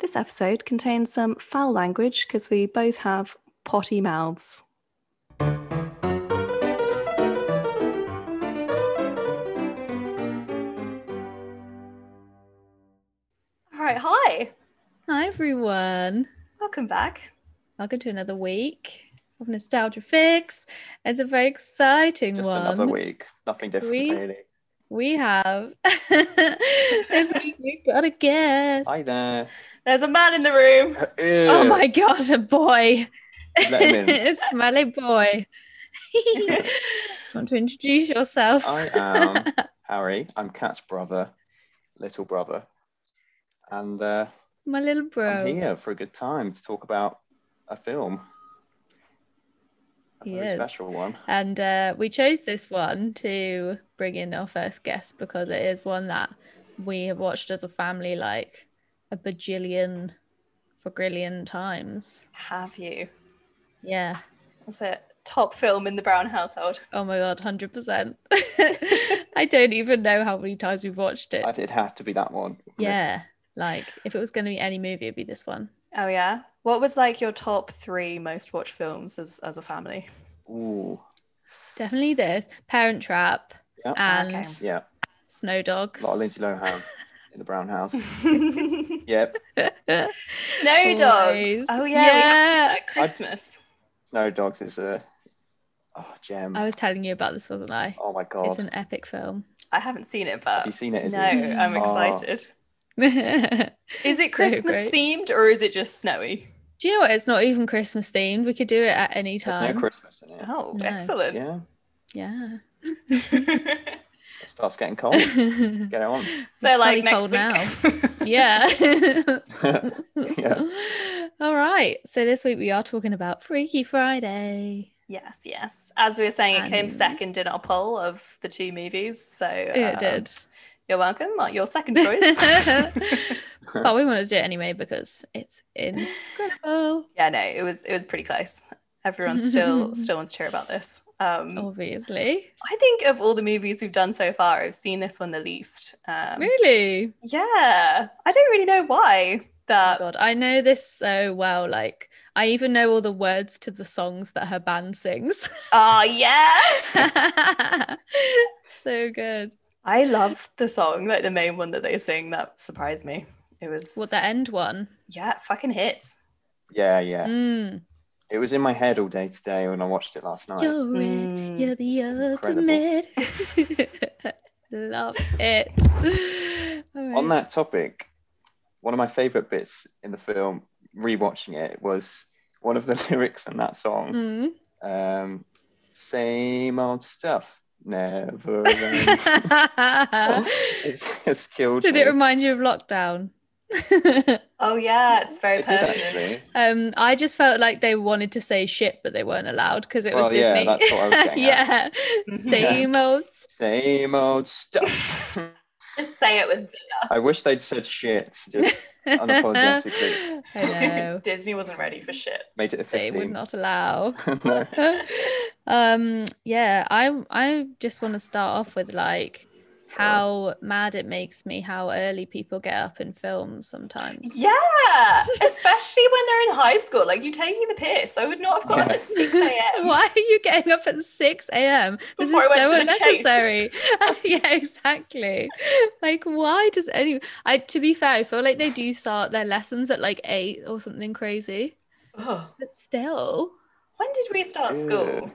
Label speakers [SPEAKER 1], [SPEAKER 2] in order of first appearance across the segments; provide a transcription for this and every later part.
[SPEAKER 1] This episode contains some foul language because we both have potty mouths.
[SPEAKER 2] All right, hi.
[SPEAKER 3] Hi everyone.
[SPEAKER 2] Welcome back.
[SPEAKER 3] Welcome to another week of Nostalgia Fix. It's a very exciting
[SPEAKER 4] Just
[SPEAKER 3] one.
[SPEAKER 4] another week. Nothing different,
[SPEAKER 3] Sweet.
[SPEAKER 4] really.
[SPEAKER 3] We have this week we've got a guest.
[SPEAKER 4] Hi there.
[SPEAKER 2] There's a man in the room.
[SPEAKER 3] Oh my god, a boy.
[SPEAKER 4] Let him in.
[SPEAKER 3] It's Smelly boy. Want to introduce yourself?
[SPEAKER 4] I am Harry. I'm Kat's brother, little brother. And uh,
[SPEAKER 3] My little bro.
[SPEAKER 4] I'm here for a good time to talk about a film. A
[SPEAKER 3] He
[SPEAKER 4] very
[SPEAKER 3] is.
[SPEAKER 4] special one.
[SPEAKER 3] And uh, we chose this one to bring in our first guest because it is one that we have watched as a family like a bajillion, fagrillion times.
[SPEAKER 2] Have you?
[SPEAKER 3] Yeah.
[SPEAKER 2] That's a top film in the Brown household.
[SPEAKER 3] Oh my God, 100%. I don't even know how many times we've watched it.
[SPEAKER 4] I did have to be that one.
[SPEAKER 3] Yeah. Like, if it was going to be any movie, it'd be this one.
[SPEAKER 2] Oh yeah. What was like your top three most watched films as as a family?
[SPEAKER 4] Ooh.
[SPEAKER 3] Definitely this Parent Trap
[SPEAKER 4] Yeah.
[SPEAKER 3] and
[SPEAKER 2] Okay.
[SPEAKER 4] Yeah.
[SPEAKER 3] Snow Dogs.
[SPEAKER 4] A lot of Lindsay Lohan in the Brown house.
[SPEAKER 2] Snow
[SPEAKER 4] Yep.
[SPEAKER 2] Dogs.
[SPEAKER 3] Always.
[SPEAKER 2] Oh yeah, we watched
[SPEAKER 3] Yeah.
[SPEAKER 2] that at Christmas.
[SPEAKER 4] Snow Dogs is a oh, gem.
[SPEAKER 3] I was telling you about this, wasn't I?
[SPEAKER 4] oh my
[SPEAKER 3] It's
[SPEAKER 4] God.
[SPEAKER 3] an epic film.
[SPEAKER 2] I haven't seen it,
[SPEAKER 4] Have you
[SPEAKER 2] but
[SPEAKER 4] seen it? Is
[SPEAKER 2] no,
[SPEAKER 4] it?
[SPEAKER 2] I'm
[SPEAKER 4] Oh.
[SPEAKER 2] excited. Is it
[SPEAKER 3] So
[SPEAKER 2] Christmas
[SPEAKER 3] great.
[SPEAKER 2] themed or is it just snowy?
[SPEAKER 3] Do you know what? It's not even Christmas themed. We could do it at any
[SPEAKER 4] There's
[SPEAKER 3] time.
[SPEAKER 4] no Christmas in it.
[SPEAKER 2] Oh,
[SPEAKER 3] No.
[SPEAKER 2] excellent.
[SPEAKER 4] Yeah.
[SPEAKER 3] yeah.
[SPEAKER 4] It starts getting cold.
[SPEAKER 2] Oh.
[SPEAKER 4] Get it on.
[SPEAKER 2] so like
[SPEAKER 3] bloody
[SPEAKER 2] next
[SPEAKER 3] cold
[SPEAKER 2] week.
[SPEAKER 3] yeah.
[SPEAKER 4] yeah.
[SPEAKER 3] All right. So this week we are talking about Freaky Friday.
[SPEAKER 2] yes, yes. As we were saying, it came
[SPEAKER 3] And-
[SPEAKER 2] second in our poll of the two movies. So
[SPEAKER 3] It
[SPEAKER 2] um,
[SPEAKER 3] did.
[SPEAKER 2] You're welcome. Mark, Your second choice.
[SPEAKER 3] but we wanted to do it anyway because it's incredible.
[SPEAKER 2] yeah, no, it was it was pretty close. Everyone still still wants to hear about this. Um,
[SPEAKER 3] Oh. Obviously.
[SPEAKER 2] I think of all the movies we've done so far, I've seen this one the least. Um,
[SPEAKER 3] really?
[SPEAKER 2] Yeah, I don't really know why.
[SPEAKER 3] Oh my
[SPEAKER 2] That
[SPEAKER 3] God, I know this so well. Like I even know all the words to the songs that her band sings.
[SPEAKER 2] oh yeah,
[SPEAKER 3] so good.
[SPEAKER 2] I love the song, like the main one that they sing. That surprised me. It was
[SPEAKER 3] What the end one?
[SPEAKER 2] yeah, it fucking hits.
[SPEAKER 4] Yeah, yeah.
[SPEAKER 3] Mm.
[SPEAKER 4] It was in my head all day today when I watched it last night.
[SPEAKER 3] You're it.
[SPEAKER 2] Mm.
[SPEAKER 3] You're the
[SPEAKER 4] Incredible.
[SPEAKER 3] ultimate. Love it. All right.
[SPEAKER 4] On that topic, one of my favorite bits in the film, rewatching it, was one of the lyrics in that song.
[SPEAKER 3] Mm.
[SPEAKER 4] Um, same old stuff. Never ends. it's just killed.
[SPEAKER 3] Mm. Did
[SPEAKER 4] me.
[SPEAKER 3] it remind you of lockdown?
[SPEAKER 2] Oh yeah, it's very
[SPEAKER 4] It did
[SPEAKER 2] pertinent.
[SPEAKER 4] actually.
[SPEAKER 3] um, I just felt like they wanted to say shit, but they weren't allowed because it was
[SPEAKER 4] Well, yeah,
[SPEAKER 3] Disney.
[SPEAKER 4] that's what I was getting at.
[SPEAKER 3] yeah,
[SPEAKER 2] Mhm.
[SPEAKER 3] same old stuff.
[SPEAKER 4] Same old stuff.
[SPEAKER 2] Just say it with
[SPEAKER 4] I wish they'd said shit. Just Unapologetically.
[SPEAKER 3] I know
[SPEAKER 2] Disney wasn't ready for shit.
[SPEAKER 4] made it a
[SPEAKER 3] they would
[SPEAKER 4] 15.
[SPEAKER 3] not allow.
[SPEAKER 4] No.
[SPEAKER 3] um yeah i i just want to start off with like how mad it makes me how early people get up in films sometimes
[SPEAKER 2] Yeah, especially when they're in high school. Like you taking the piss. I would not have got up
[SPEAKER 4] Yeah.
[SPEAKER 2] at six a.m.
[SPEAKER 3] why are you getting up at 6 a.m this
[SPEAKER 2] Before I went
[SPEAKER 3] is so
[SPEAKER 2] to the chase.
[SPEAKER 3] unnecessary yeah exactly like why does any i to be fair i feel like they do start their lessons at like 8 or something crazy
[SPEAKER 2] Ugh.
[SPEAKER 3] but still
[SPEAKER 2] when did we start school?
[SPEAKER 4] Ew.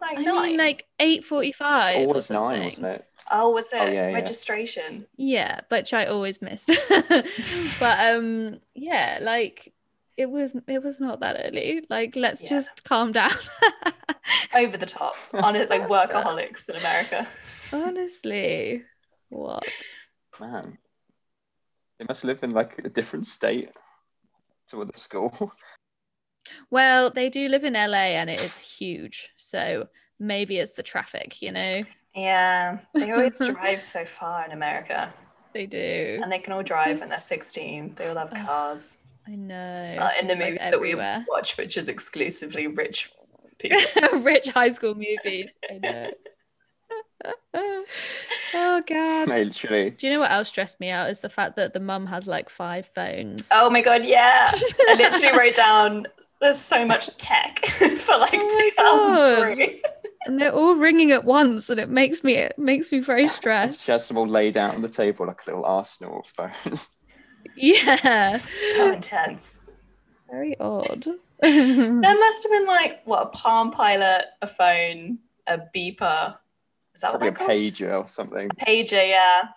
[SPEAKER 2] Like
[SPEAKER 3] i
[SPEAKER 2] nine.
[SPEAKER 3] mean like 8.45
[SPEAKER 4] Or
[SPEAKER 3] or
[SPEAKER 4] was nine,
[SPEAKER 3] something.
[SPEAKER 4] wasn't it?
[SPEAKER 2] oh, was it
[SPEAKER 4] Oh, yeah, yeah.
[SPEAKER 2] registration?
[SPEAKER 3] Yeah, which I always missed. but um yeah, like it was it was not that early. Like let's
[SPEAKER 2] Yeah.
[SPEAKER 3] just calm down.
[SPEAKER 2] Over the top on it, like workaholics in America.
[SPEAKER 3] Honestly. What?
[SPEAKER 4] Man, they must live in like a different state to other school.
[SPEAKER 3] Well, they do live in LA and it is huge. So maybe it's the traffic, you know.
[SPEAKER 2] Yeah, they always drive so far in America,
[SPEAKER 3] They do.
[SPEAKER 2] and they can all drive when they're sixteen. They all have
[SPEAKER 3] Ugh.
[SPEAKER 2] cars.
[SPEAKER 3] I know.
[SPEAKER 2] Uh, in the
[SPEAKER 3] Oh, like
[SPEAKER 2] movies that
[SPEAKER 3] everywhere.
[SPEAKER 2] we watch, which is exclusively rich people.
[SPEAKER 3] Rich high school movies. I know. oh god.
[SPEAKER 4] Literally.
[SPEAKER 3] Do you know what else stressed me out is the fact that the mum has like five phones.
[SPEAKER 2] Oh my god, yeah. I literally wrote down there's so much tech for like
[SPEAKER 3] Oh my
[SPEAKER 2] 2003.
[SPEAKER 3] and they're all ringing at once, and it makes me it makes me very
[SPEAKER 4] It's
[SPEAKER 3] stressed.
[SPEAKER 4] just them all laid out on the table like a little arsenal of
[SPEAKER 3] Oh
[SPEAKER 4] phones.
[SPEAKER 3] Yeah,
[SPEAKER 2] So intense.
[SPEAKER 3] very odd.
[SPEAKER 2] There must have been like what a Palm Pilot, a phone, a beeper. Is that
[SPEAKER 4] Probably a
[SPEAKER 2] what they're called?
[SPEAKER 4] pager or something.
[SPEAKER 2] Pager, yeah.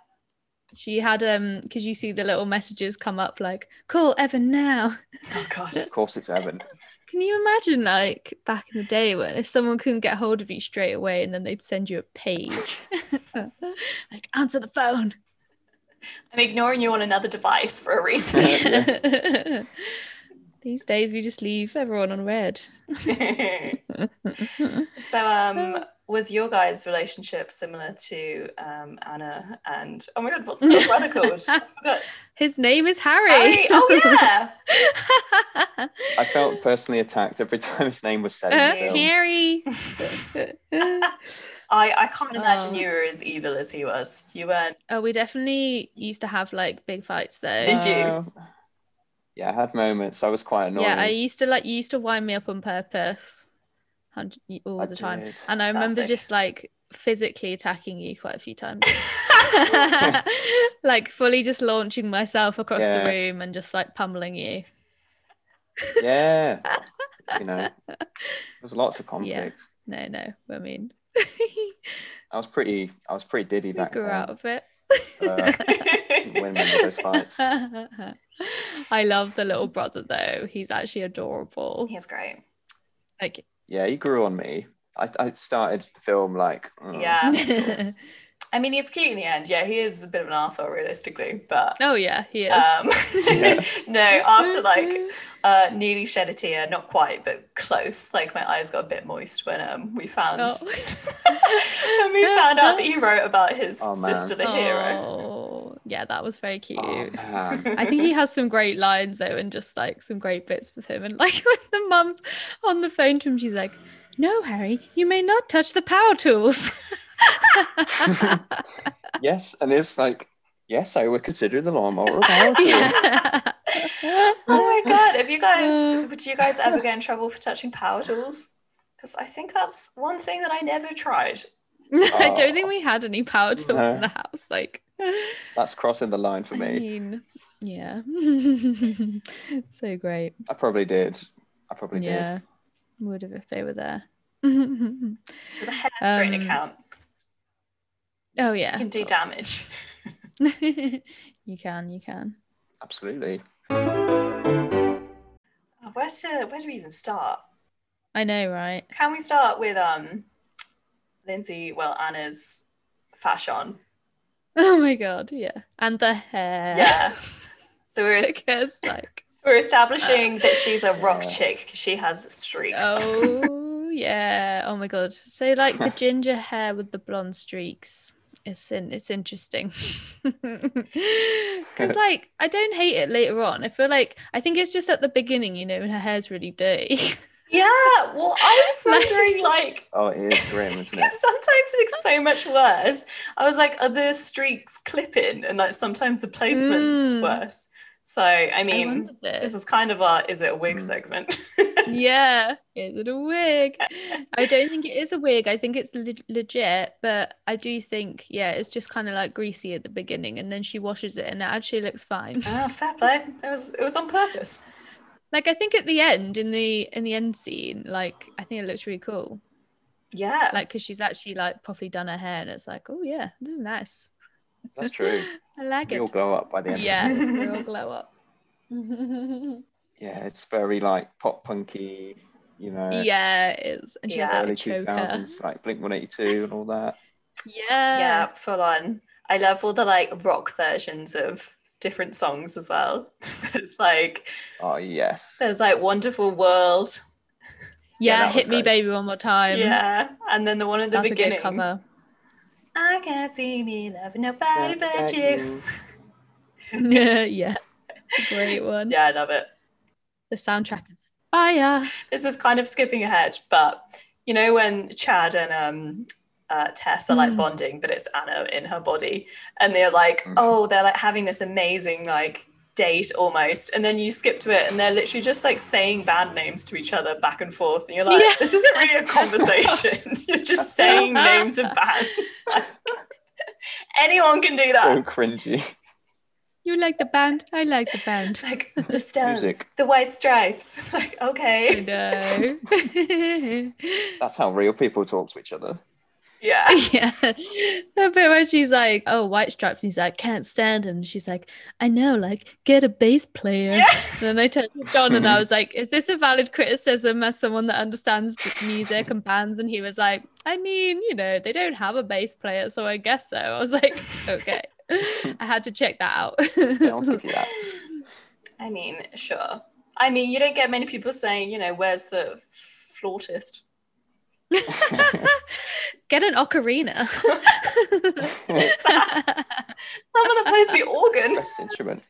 [SPEAKER 3] she had um, because you see the little messages come up like, "Call Evan now."
[SPEAKER 2] Oh god.
[SPEAKER 4] Of course it's Evan.
[SPEAKER 3] Can you imagine like back in the day when if someone couldn't get hold of you straight away and then they'd send you a page, like answer the phone.
[SPEAKER 2] I'm ignoring you on another device for a reason.
[SPEAKER 3] These days we just leave everyone on red.
[SPEAKER 2] so um was your guys' relationship similar to um Anna and oh my god, what's the brother called? I forgot.
[SPEAKER 3] His name is Harry.
[SPEAKER 2] Harry. Oh yeah.
[SPEAKER 3] yeah.
[SPEAKER 4] I felt personally attacked every time his name was said in
[SPEAKER 3] Uh,
[SPEAKER 4] the film.
[SPEAKER 3] Uh-huh. Harry. Uh.
[SPEAKER 2] I, I can't imagine
[SPEAKER 3] Oh.
[SPEAKER 2] you were as evil as he was. You weren't.
[SPEAKER 3] oh, we definitely used to have like big fights though.
[SPEAKER 2] Did you?
[SPEAKER 4] Uh, yeah, I had moments. I was quite annoyed.
[SPEAKER 3] yeah, I used to like you used to wind me up on purpose, hundred all
[SPEAKER 4] I
[SPEAKER 3] the time.
[SPEAKER 4] did.
[SPEAKER 3] And I remember
[SPEAKER 2] Classic.
[SPEAKER 3] just like physically attacking you quite a few times. like fully just launching myself across
[SPEAKER 4] Yeah.
[SPEAKER 3] the room and just like pummeling you.
[SPEAKER 4] Yeah. you know, there's lots of conflict.
[SPEAKER 3] No, no, I mean
[SPEAKER 4] I was pretty, I was pretty diddy
[SPEAKER 3] we
[SPEAKER 4] back
[SPEAKER 3] grew out
[SPEAKER 4] then.
[SPEAKER 3] of it.
[SPEAKER 4] So uh, I didn't win many of those fights.
[SPEAKER 3] I love the little brother though. He's actually adorable.
[SPEAKER 2] Oh, He's great.
[SPEAKER 3] Like
[SPEAKER 4] Yeah, he grew on me. I, I started the film like, mm,
[SPEAKER 2] Yeah. I mean, he's cute in the end. Yeah, he is a bit of an asshole, realistically. But
[SPEAKER 3] Oh yeah, he is.
[SPEAKER 2] um,
[SPEAKER 4] Yeah.
[SPEAKER 2] no, after like uh, nearly shed a tear, not quite, but close. Like my eyes got a bit moist when um, we found
[SPEAKER 3] Oh.
[SPEAKER 2] when we found out that he wrote about his
[SPEAKER 4] Oh, man.
[SPEAKER 2] sister, the hero.
[SPEAKER 3] Oh, yeah, that was very cute.
[SPEAKER 4] oh, man.
[SPEAKER 3] I think he has some great lines though, and just like some great bits with him. And like when the mum's on the phone to him, she's like, "No, Harry, you may not touch the power tools."
[SPEAKER 4] yes, and it's like, yes, I would consider the lawnmower a power tool.
[SPEAKER 3] yeah.
[SPEAKER 2] Oh my god! Have you
[SPEAKER 3] Oh.
[SPEAKER 2] guys? Would you guys ever get in trouble for touching power tools? Because I think that's one thing that I never tried.
[SPEAKER 3] I
[SPEAKER 4] Oh.
[SPEAKER 3] don't think we had any power tools
[SPEAKER 4] No.
[SPEAKER 3] in the house. Like,
[SPEAKER 4] That's crossing the line for
[SPEAKER 3] I
[SPEAKER 4] me.
[SPEAKER 3] mean, yeah, so great.
[SPEAKER 4] I probably did. I probably
[SPEAKER 3] Yeah,
[SPEAKER 4] did.
[SPEAKER 3] would have if they were there. Oh,
[SPEAKER 2] It was a hair strain
[SPEAKER 3] Um,
[SPEAKER 2] account.
[SPEAKER 3] oh yeah,
[SPEAKER 2] You can do
[SPEAKER 3] of course.
[SPEAKER 2] damage.
[SPEAKER 3] you can, you can.
[SPEAKER 4] Absolutely.
[SPEAKER 2] Oh, Where to? Where do we even start?
[SPEAKER 3] I know, right?
[SPEAKER 2] Can we start with um, Lindsay? Well, Anna's fashion.
[SPEAKER 3] Oh my god, yeah. And the hair.
[SPEAKER 2] Yeah. So we're
[SPEAKER 3] because like
[SPEAKER 2] we're establishing that she's a rock
[SPEAKER 4] Yeah.
[SPEAKER 2] chick because she has streaks.
[SPEAKER 3] oh yeah. Oh my god. So like the ginger hair with the blonde streaks. It's in, it's interesting. Cause like I don't hate it later on. I feel like I think it's just at the beginning, you know, when her hair's really dirty.
[SPEAKER 2] Yeah. Well, I was
[SPEAKER 3] Like-
[SPEAKER 2] wondering, like,
[SPEAKER 4] Oh, it is grim, isn't it?
[SPEAKER 2] because sometimes it looks so much worse. I was like, are the streaks clipping? And like sometimes the placement's
[SPEAKER 3] Mm.
[SPEAKER 2] worse. So I
[SPEAKER 3] I
[SPEAKER 2] mean,
[SPEAKER 3] wondered this.
[SPEAKER 2] this is kind of our is it a wig
[SPEAKER 4] Mm.
[SPEAKER 2] segment?
[SPEAKER 3] yeah is it a wig i don't think it is a wig i think it's le- legit but i do think yeah it's just kind of like greasy at the beginning and then she washes it and it actually looks fine
[SPEAKER 2] oh, fair play. It was it was on purpose.
[SPEAKER 3] like i think at the end in the in the end scene like i think it looks really cool
[SPEAKER 2] Yeah.
[SPEAKER 3] like because she's actually like properly done her hair and it's like oh yeah this is nice
[SPEAKER 4] That's true.
[SPEAKER 3] i like
[SPEAKER 4] You'll
[SPEAKER 3] it
[SPEAKER 4] go up by the end.
[SPEAKER 3] yeah
[SPEAKER 2] end.
[SPEAKER 3] we all glow up
[SPEAKER 4] Yeah, it's very like pop punky, you know,
[SPEAKER 3] yeah it is and she
[SPEAKER 2] Yeah.
[SPEAKER 3] has
[SPEAKER 4] early
[SPEAKER 3] like, a
[SPEAKER 4] two
[SPEAKER 3] choker
[SPEAKER 4] thousands, like Blink One Eighty Two and all that.
[SPEAKER 2] yeah, full on. I love all the like rock versions of different songs as well. it's like
[SPEAKER 4] Oh yes,
[SPEAKER 2] there's like Wonderful World.
[SPEAKER 3] yeah,
[SPEAKER 4] Yeah, that was
[SPEAKER 3] hit me
[SPEAKER 4] great.
[SPEAKER 3] baby one more time
[SPEAKER 2] yeah. And then the one at the
[SPEAKER 3] that's a
[SPEAKER 2] beginning.
[SPEAKER 3] good cover
[SPEAKER 2] I can't see me loving nobody
[SPEAKER 4] Yeah,
[SPEAKER 2] but
[SPEAKER 4] yeah,
[SPEAKER 2] you.
[SPEAKER 4] you.
[SPEAKER 3] yeah, yeah. Great one.
[SPEAKER 2] Yeah, I love it.
[SPEAKER 3] The soundtrack is fire.
[SPEAKER 2] This is kind of skipping ahead, but you know when Chad and um uh, Tess are like
[SPEAKER 3] Mm.
[SPEAKER 2] bonding, but it's Anna in her body. And they're like,
[SPEAKER 4] Mhm.
[SPEAKER 2] oh, they're like having this amazing like date almost. And then you skip to it and they're literally just like saying band names to each other back and forth. And you're like,
[SPEAKER 3] Yeah.
[SPEAKER 2] this isn't really a conversation. you're just saying names of bands. Like, anyone can do
[SPEAKER 4] so
[SPEAKER 2] that.
[SPEAKER 4] cringy.
[SPEAKER 3] You like the band? I like the band.
[SPEAKER 2] Like the Stones,
[SPEAKER 4] Music.
[SPEAKER 2] the White Stripes. Like,
[SPEAKER 3] I
[SPEAKER 2] okay.
[SPEAKER 3] know.
[SPEAKER 4] That's how real people talk to each other.
[SPEAKER 2] Yeah.
[SPEAKER 3] yeah. That bit when she's like, oh, white stripes. And he's like, can't stand him. She's like, I know, like, get a bass player.
[SPEAKER 2] Yeah.
[SPEAKER 3] And then I turned to John and I was like, is this a valid criticism as someone that understands music and bands? And he was like, I mean, you know, they don't have a bass player, so I guess so. I was like, okay. I had to check that out.
[SPEAKER 4] Yeah, I'll give you that.
[SPEAKER 2] I mean, sure. I mean, you don't get many people saying, you know, where's the flautist?
[SPEAKER 3] Get an ocarina.
[SPEAKER 2] Someone that plays the organ.
[SPEAKER 4] Best instrument.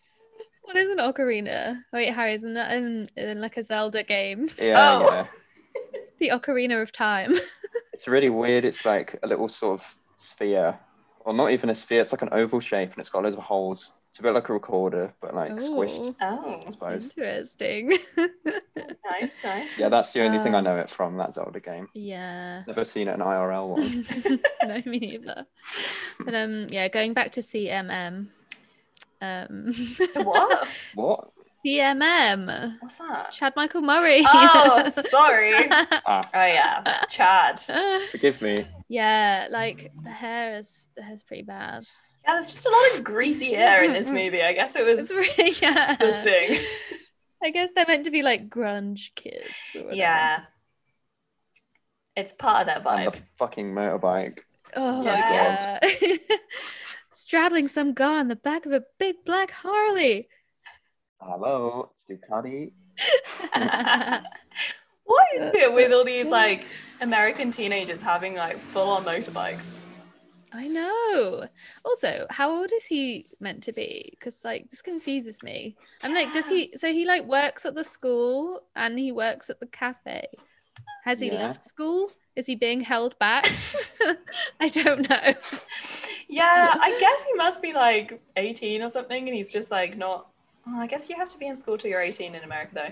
[SPEAKER 3] what is an ocarina? Wait, Harry, isn't that in, in like a Zelda game?
[SPEAKER 4] Yeah,
[SPEAKER 2] Oh.
[SPEAKER 4] yeah.
[SPEAKER 3] The ocarina of time.
[SPEAKER 4] It's really weird. It's like a little sort of sphere, or not even a sphere. It's like an oval shape, and it's got loads of holes. It's a bit like a recorder, but like squished.
[SPEAKER 3] Oh,
[SPEAKER 4] I
[SPEAKER 2] Oh,
[SPEAKER 4] suppose.
[SPEAKER 3] interesting.
[SPEAKER 2] nice, nice.
[SPEAKER 4] Yeah, that's the only thing I
[SPEAKER 3] Um,
[SPEAKER 4] know it from that Zelda game.
[SPEAKER 3] yeah.
[SPEAKER 4] Never seen an IRL one.
[SPEAKER 3] no, me neither. But um, yeah, going back to CMM. Um,
[SPEAKER 2] The what?
[SPEAKER 4] What?
[SPEAKER 3] CMM.
[SPEAKER 2] What's that?
[SPEAKER 3] Chad Michael Murray.
[SPEAKER 2] Oh, sorry. Oh
[SPEAKER 4] Ah,
[SPEAKER 2] yeah, Chad. Yeah,
[SPEAKER 4] forgive me.
[SPEAKER 3] yeah, like the hair is the hair's pretty bad.
[SPEAKER 2] there's just a lot of greasy hair in this movie. I guess it was
[SPEAKER 3] Mm-hmm. It's really-
[SPEAKER 2] the
[SPEAKER 3] yeah.
[SPEAKER 2] thing.
[SPEAKER 3] I guess they're meant to be like grunge kids. or whatever.
[SPEAKER 2] Yeah, it's part of that
[SPEAKER 4] And
[SPEAKER 2] vibe.
[SPEAKER 4] the fucking motorbike.
[SPEAKER 3] Oh
[SPEAKER 2] Yeah.
[SPEAKER 3] yeah. Straddling some guy on the back of a big black Harley.
[SPEAKER 4] Hello, it's Ducati.
[SPEAKER 2] What is
[SPEAKER 3] Uh,
[SPEAKER 2] it with all these like American teenagers having like full-on motorbikes?
[SPEAKER 3] I know. Also, how old is he meant to be? Because like this confuses me. I'm like, does he? So he like works at the school and he works at the cafe. Has he
[SPEAKER 4] Yeah.
[SPEAKER 3] left school? Is he being held back? I don't know.
[SPEAKER 2] Yeah, I guess he must be like 18 or something, and he's just like not. Oh, I guess you have to be in school till you're 18 in America, though.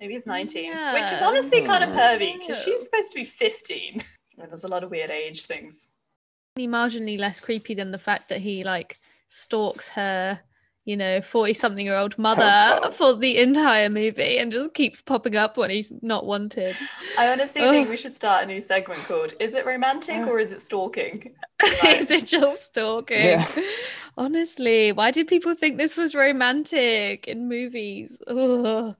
[SPEAKER 2] Maybe he's 19, which is
[SPEAKER 3] Yeah.
[SPEAKER 2] honestly kind of
[SPEAKER 4] Hmm.
[SPEAKER 2] pervy because
[SPEAKER 3] No.
[SPEAKER 2] she's supposed to be 15. Well, there's a lot of weird age things.
[SPEAKER 3] Only marginally less creepy than the fact that he like stalks her, you know, forty-something-year-old mother
[SPEAKER 4] wow.
[SPEAKER 3] for the entire movie and just keeps popping up when he's not wanted.
[SPEAKER 2] I honestly
[SPEAKER 3] Ugh.
[SPEAKER 2] think we should start a new segment called "Is it romantic
[SPEAKER 4] Yeah.
[SPEAKER 2] or is it stalking?"
[SPEAKER 3] is it just stalking?
[SPEAKER 4] Yeah.
[SPEAKER 3] Honestly, why did people think this was romantic in movies? Ugh.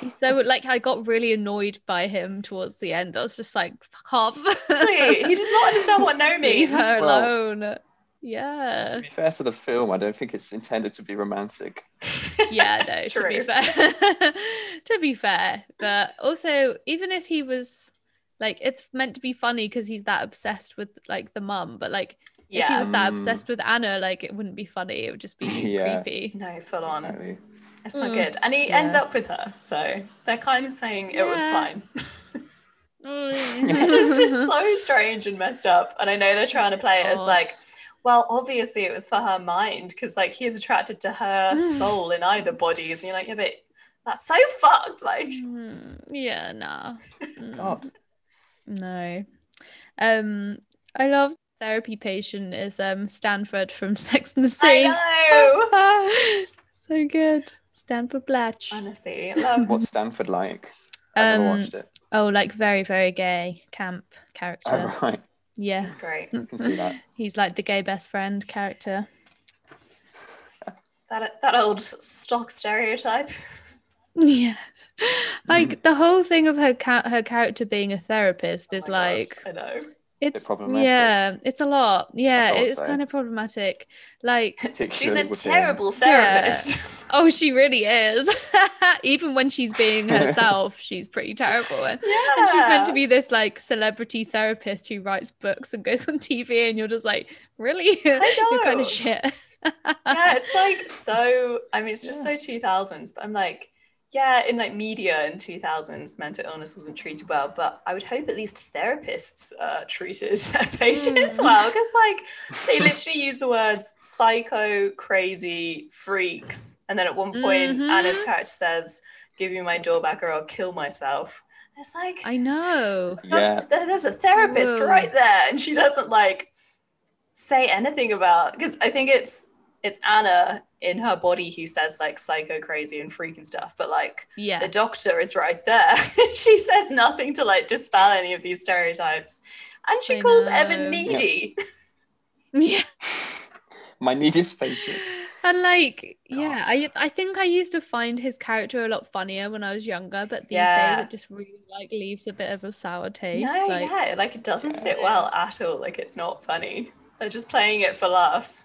[SPEAKER 3] He's so like I got really annoyed by him towards the end. I was just like, fuck off.
[SPEAKER 2] Wait, he does not understand what no means.
[SPEAKER 3] Leave her
[SPEAKER 4] Well-
[SPEAKER 3] alone. Yeah.
[SPEAKER 4] To be fair to the film, I don't think it's intended to be romantic.
[SPEAKER 3] yeah no to be
[SPEAKER 2] True.
[SPEAKER 3] fair to be fair but also even if he was like it's meant to be funny because he's that obsessed with like the mum but like if he
[SPEAKER 2] Yeah,
[SPEAKER 3] was that
[SPEAKER 4] Mm.
[SPEAKER 3] obsessed with anna like it wouldn't be funny it would just be
[SPEAKER 4] Yeah.
[SPEAKER 3] creepy
[SPEAKER 2] no, full on.
[SPEAKER 4] Exactly.
[SPEAKER 2] It's not
[SPEAKER 3] Mm.
[SPEAKER 2] good, and he ends
[SPEAKER 3] Yeah.
[SPEAKER 2] up with her, so they're kind of saying it was
[SPEAKER 3] Yeah.
[SPEAKER 2] fine.
[SPEAKER 3] Mm.
[SPEAKER 2] It's just, just so strange and messed up. And I know they're trying to play it as
[SPEAKER 3] Gosh.
[SPEAKER 2] like, well, obviously it was for her mind because like he is attracted to her
[SPEAKER 3] Mm.
[SPEAKER 2] soul in either bodies, and you're like, yeah, but that's so fucked. Like,
[SPEAKER 3] Mm, yeah nah Mm,
[SPEAKER 4] God.
[SPEAKER 3] no um i love therapy patient is um stanford from sex and the
[SPEAKER 2] I
[SPEAKER 3] city Ah,
[SPEAKER 2] know.
[SPEAKER 3] so good. Stanford Blatch.
[SPEAKER 2] Honestly, um, love.
[SPEAKER 4] What's Stanford like? I never
[SPEAKER 3] Um,
[SPEAKER 4] watched it.
[SPEAKER 3] Oh, like very, very gay camp
[SPEAKER 4] Oh,
[SPEAKER 3] character.
[SPEAKER 4] right.
[SPEAKER 3] Yeah.
[SPEAKER 2] It's great.
[SPEAKER 4] I can see that.
[SPEAKER 3] He's like the gay best friend character.
[SPEAKER 2] That that old stock stereotype.
[SPEAKER 3] Yeah.
[SPEAKER 2] Mm-hmm.
[SPEAKER 3] Like the whole thing of her ca- her character being a therapist is
[SPEAKER 2] Oh my
[SPEAKER 3] like
[SPEAKER 2] God, I know.
[SPEAKER 3] it's
[SPEAKER 4] problematic.
[SPEAKER 3] yeah, it's a lot. Yeah,
[SPEAKER 4] thought
[SPEAKER 3] it's
[SPEAKER 4] so.
[SPEAKER 3] kind of problematic. Like
[SPEAKER 2] She's a
[SPEAKER 4] Particularly with him.
[SPEAKER 2] terrible therapist.
[SPEAKER 3] oh, she really is. Even when she's being herself, she's pretty terrible. And
[SPEAKER 2] yeah.
[SPEAKER 3] she's meant to be this like celebrity therapist who writes books and goes on TV, and you're just like, really,
[SPEAKER 2] I
[SPEAKER 3] you're kind
[SPEAKER 2] know.
[SPEAKER 3] of shit.
[SPEAKER 2] yeah, it's like so. I mean, it's just
[SPEAKER 4] Yeah.
[SPEAKER 2] so 2000s, but I'm like, yeah, in like media in 2000s, mental illness wasn't treated well, but I would hope at least therapists uh, treated their patients
[SPEAKER 3] Mm.
[SPEAKER 2] well because, like, they literally use the words psycho, crazy, freaks. And then at one point,
[SPEAKER 3] Mhm.
[SPEAKER 2] Anna's character says, Give me my door back or I'll kill myself. And it's like,
[SPEAKER 3] I know.
[SPEAKER 2] but
[SPEAKER 4] Yeah.
[SPEAKER 2] there- there's a therapist
[SPEAKER 3] Whoa.
[SPEAKER 2] right there and she doesn't like say anything about because i think it's it's anna in her body who says like psycho crazy and freak and stuff but like
[SPEAKER 3] Yeah.
[SPEAKER 2] the doctor is right there she says nothing to like dispel any of these stereotypes and she
[SPEAKER 3] I
[SPEAKER 2] calls
[SPEAKER 3] know.
[SPEAKER 2] evan needy
[SPEAKER 3] Yeah.
[SPEAKER 4] My neediest patient.
[SPEAKER 3] And like, yeah,
[SPEAKER 4] Gosh.
[SPEAKER 3] I I think I used to find his character a lot funnier when I was younger, but these
[SPEAKER 2] Yeah.
[SPEAKER 3] days it just really like leaves a bit of a sour taste.
[SPEAKER 2] no
[SPEAKER 3] like,
[SPEAKER 2] yeah like it doesn't
[SPEAKER 4] Yeah.
[SPEAKER 2] sit well at all like it's not funny they're just playing it for laughs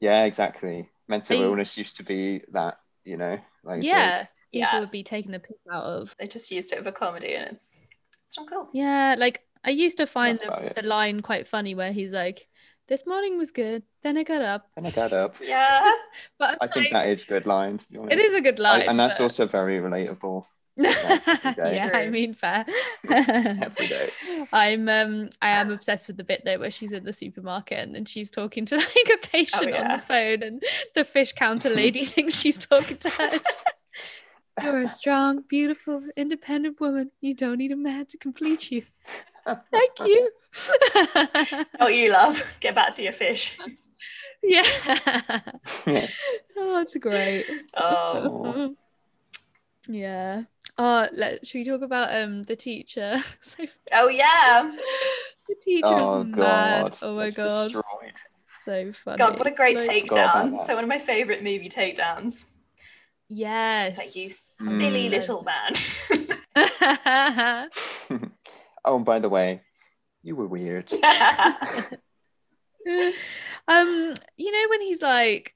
[SPEAKER 4] Yeah, exactly. Mental
[SPEAKER 3] Are you-
[SPEAKER 4] illness used to be that, you know, like oh, a joke.
[SPEAKER 3] yeah, people
[SPEAKER 2] Yeah.
[SPEAKER 3] would be taking the piss out of.
[SPEAKER 2] they just used it for comedy and it's it's not cool
[SPEAKER 3] Yeah, like I used to find
[SPEAKER 4] That's about
[SPEAKER 3] the,
[SPEAKER 4] it.
[SPEAKER 3] the line quite funny where he's like, "This morning was good, then I got up."
[SPEAKER 4] Then I got up.
[SPEAKER 2] yeah
[SPEAKER 3] But
[SPEAKER 4] I
[SPEAKER 3] I'm
[SPEAKER 4] think
[SPEAKER 3] like,
[SPEAKER 4] that is a good line, to be honest.
[SPEAKER 3] it is a good
[SPEAKER 4] I-
[SPEAKER 3] line,
[SPEAKER 4] and that's
[SPEAKER 3] but-
[SPEAKER 4] also very relatable. that's every day.
[SPEAKER 3] yeah, I
[SPEAKER 2] True.
[SPEAKER 3] mean fair.
[SPEAKER 4] Every day.
[SPEAKER 3] I'm um I am obsessed with the bit though where she's in the supermarket and then she's talking to like a patient on
[SPEAKER 2] yeah.
[SPEAKER 3] the phone and the fish counter lady thinks she's talking to her. You're a strong, beautiful, independent woman. You don't need a man to complete you. Thank you.
[SPEAKER 2] not you love get back to your fish
[SPEAKER 3] yeah.
[SPEAKER 4] Yeah.
[SPEAKER 3] Oh, that's great.
[SPEAKER 2] oh
[SPEAKER 4] Oh.
[SPEAKER 3] yeah. Oh, let should we talk about um the teacher? so
[SPEAKER 2] Oh yeah.
[SPEAKER 3] the teacher
[SPEAKER 4] Oh
[SPEAKER 3] was mad.
[SPEAKER 4] god.
[SPEAKER 3] Oh my
[SPEAKER 4] That's
[SPEAKER 3] god.
[SPEAKER 4] Destroyed.
[SPEAKER 3] So funny.
[SPEAKER 2] God, what a great
[SPEAKER 3] Like,
[SPEAKER 4] Forgot about
[SPEAKER 2] takedown.
[SPEAKER 4] that.
[SPEAKER 2] So one of my favorite movie takedowns.
[SPEAKER 3] Yes.
[SPEAKER 2] It's like you silly
[SPEAKER 4] Mm.
[SPEAKER 2] little man.
[SPEAKER 4] oh, and by the way, you were weird.
[SPEAKER 3] um, you know when he's like,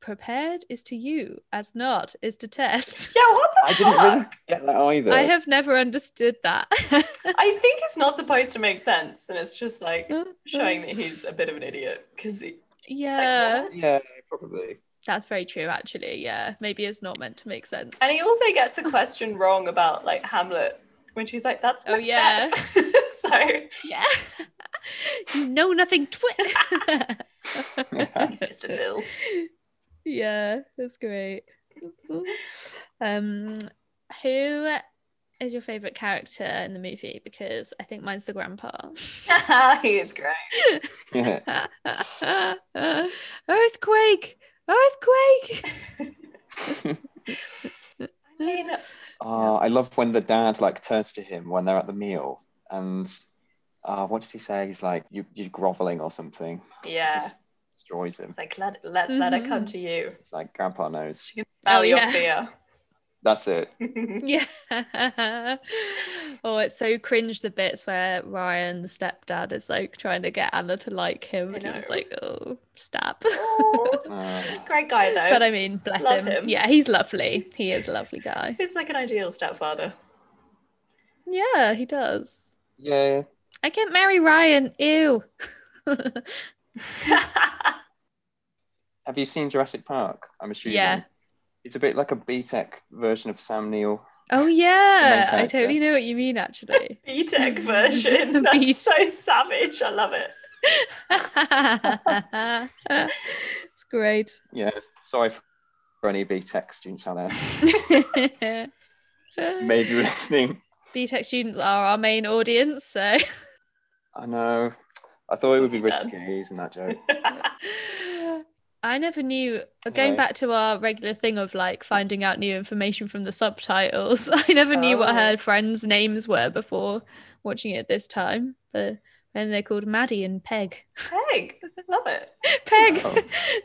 [SPEAKER 3] prepared is to you as not is to test.
[SPEAKER 2] yeah, what
[SPEAKER 4] I
[SPEAKER 2] the
[SPEAKER 4] didn't really
[SPEAKER 2] fuck?
[SPEAKER 4] get that either.
[SPEAKER 3] I have never understood that.
[SPEAKER 2] I think it's not supposed to make sense, and it's just like
[SPEAKER 3] Mm-hmm.
[SPEAKER 2] showing that he's a bit of an idiot because
[SPEAKER 3] Yeah,
[SPEAKER 2] what?
[SPEAKER 4] Yeah, probably.
[SPEAKER 3] that's very true. Actually, yeah, maybe it's not meant to make sense.
[SPEAKER 2] and he also gets a question wrong about like Hamlet when she's like, "That's
[SPEAKER 3] Oh,
[SPEAKER 2] Macbeth."
[SPEAKER 3] yeah.
[SPEAKER 2] so
[SPEAKER 3] Yeah, you know nothing. Twit.
[SPEAKER 2] he's just a fool.
[SPEAKER 3] yeah, that's great. um, who is your favorite character in the movie? Because I think mine's the grandpa.
[SPEAKER 2] he is great.
[SPEAKER 4] Yeah.
[SPEAKER 3] earthquake, earthquake.
[SPEAKER 2] I mean,
[SPEAKER 4] Oh, I love when the dad like turns to him when they're at the meal and uh, what does he say? He's like, you, you're groveling or something.
[SPEAKER 2] yeah.
[SPEAKER 4] Just destroys him.
[SPEAKER 2] It's like let let let her come
[SPEAKER 3] Mhm.
[SPEAKER 2] to you.
[SPEAKER 4] It's like, Grandpa knows.
[SPEAKER 2] She can smell
[SPEAKER 3] Oh,
[SPEAKER 2] your
[SPEAKER 3] yeah.
[SPEAKER 4] That's it.
[SPEAKER 2] fear.
[SPEAKER 3] Yeah. oh, it's so cringe the bits where Ryan, the stepdad, is like trying to get Anna to like him,
[SPEAKER 2] I
[SPEAKER 3] and he's
[SPEAKER 2] know.
[SPEAKER 3] like, "Oh, stop."
[SPEAKER 2] Aw.
[SPEAKER 4] Uh,
[SPEAKER 2] Great guy though.
[SPEAKER 3] But I mean, bless
[SPEAKER 2] Love
[SPEAKER 3] him.
[SPEAKER 2] him.
[SPEAKER 3] Yeah, he's lovely. He is a lovely guy.
[SPEAKER 2] Seems like an ideal stepfather.
[SPEAKER 3] Yeah, he does.
[SPEAKER 4] yeah.
[SPEAKER 3] I can't marry Ryan. Ew.
[SPEAKER 4] Have you seen Jurassic Park? I'm assuming.
[SPEAKER 3] Yeah.
[SPEAKER 4] It's a bit like a B Tech version of Sam Neill.
[SPEAKER 3] oh yeah, I
[SPEAKER 4] character.
[SPEAKER 3] totally know what you mean. Actually,
[SPEAKER 2] B-Tech version. That's
[SPEAKER 3] B-
[SPEAKER 2] so savage. I love it.
[SPEAKER 3] it's great.
[SPEAKER 4] Yeah. Sorry for any B Tech students out there.
[SPEAKER 3] BTEC
[SPEAKER 4] Maybe you're listening.
[SPEAKER 3] students are our main audience, so
[SPEAKER 4] I know. I thought it would be
[SPEAKER 2] Well done.
[SPEAKER 4] risky using that joke.
[SPEAKER 3] I never knew. Going
[SPEAKER 4] Right.
[SPEAKER 3] back to our regular thing of like finding out new information from the subtitles, I never knew what her
[SPEAKER 2] Oh.
[SPEAKER 3] friends' names were before watching it this time. But and they're called Maddie and Peg.
[SPEAKER 2] Peg. Love it.
[SPEAKER 3] Peg.
[SPEAKER 4] Oh.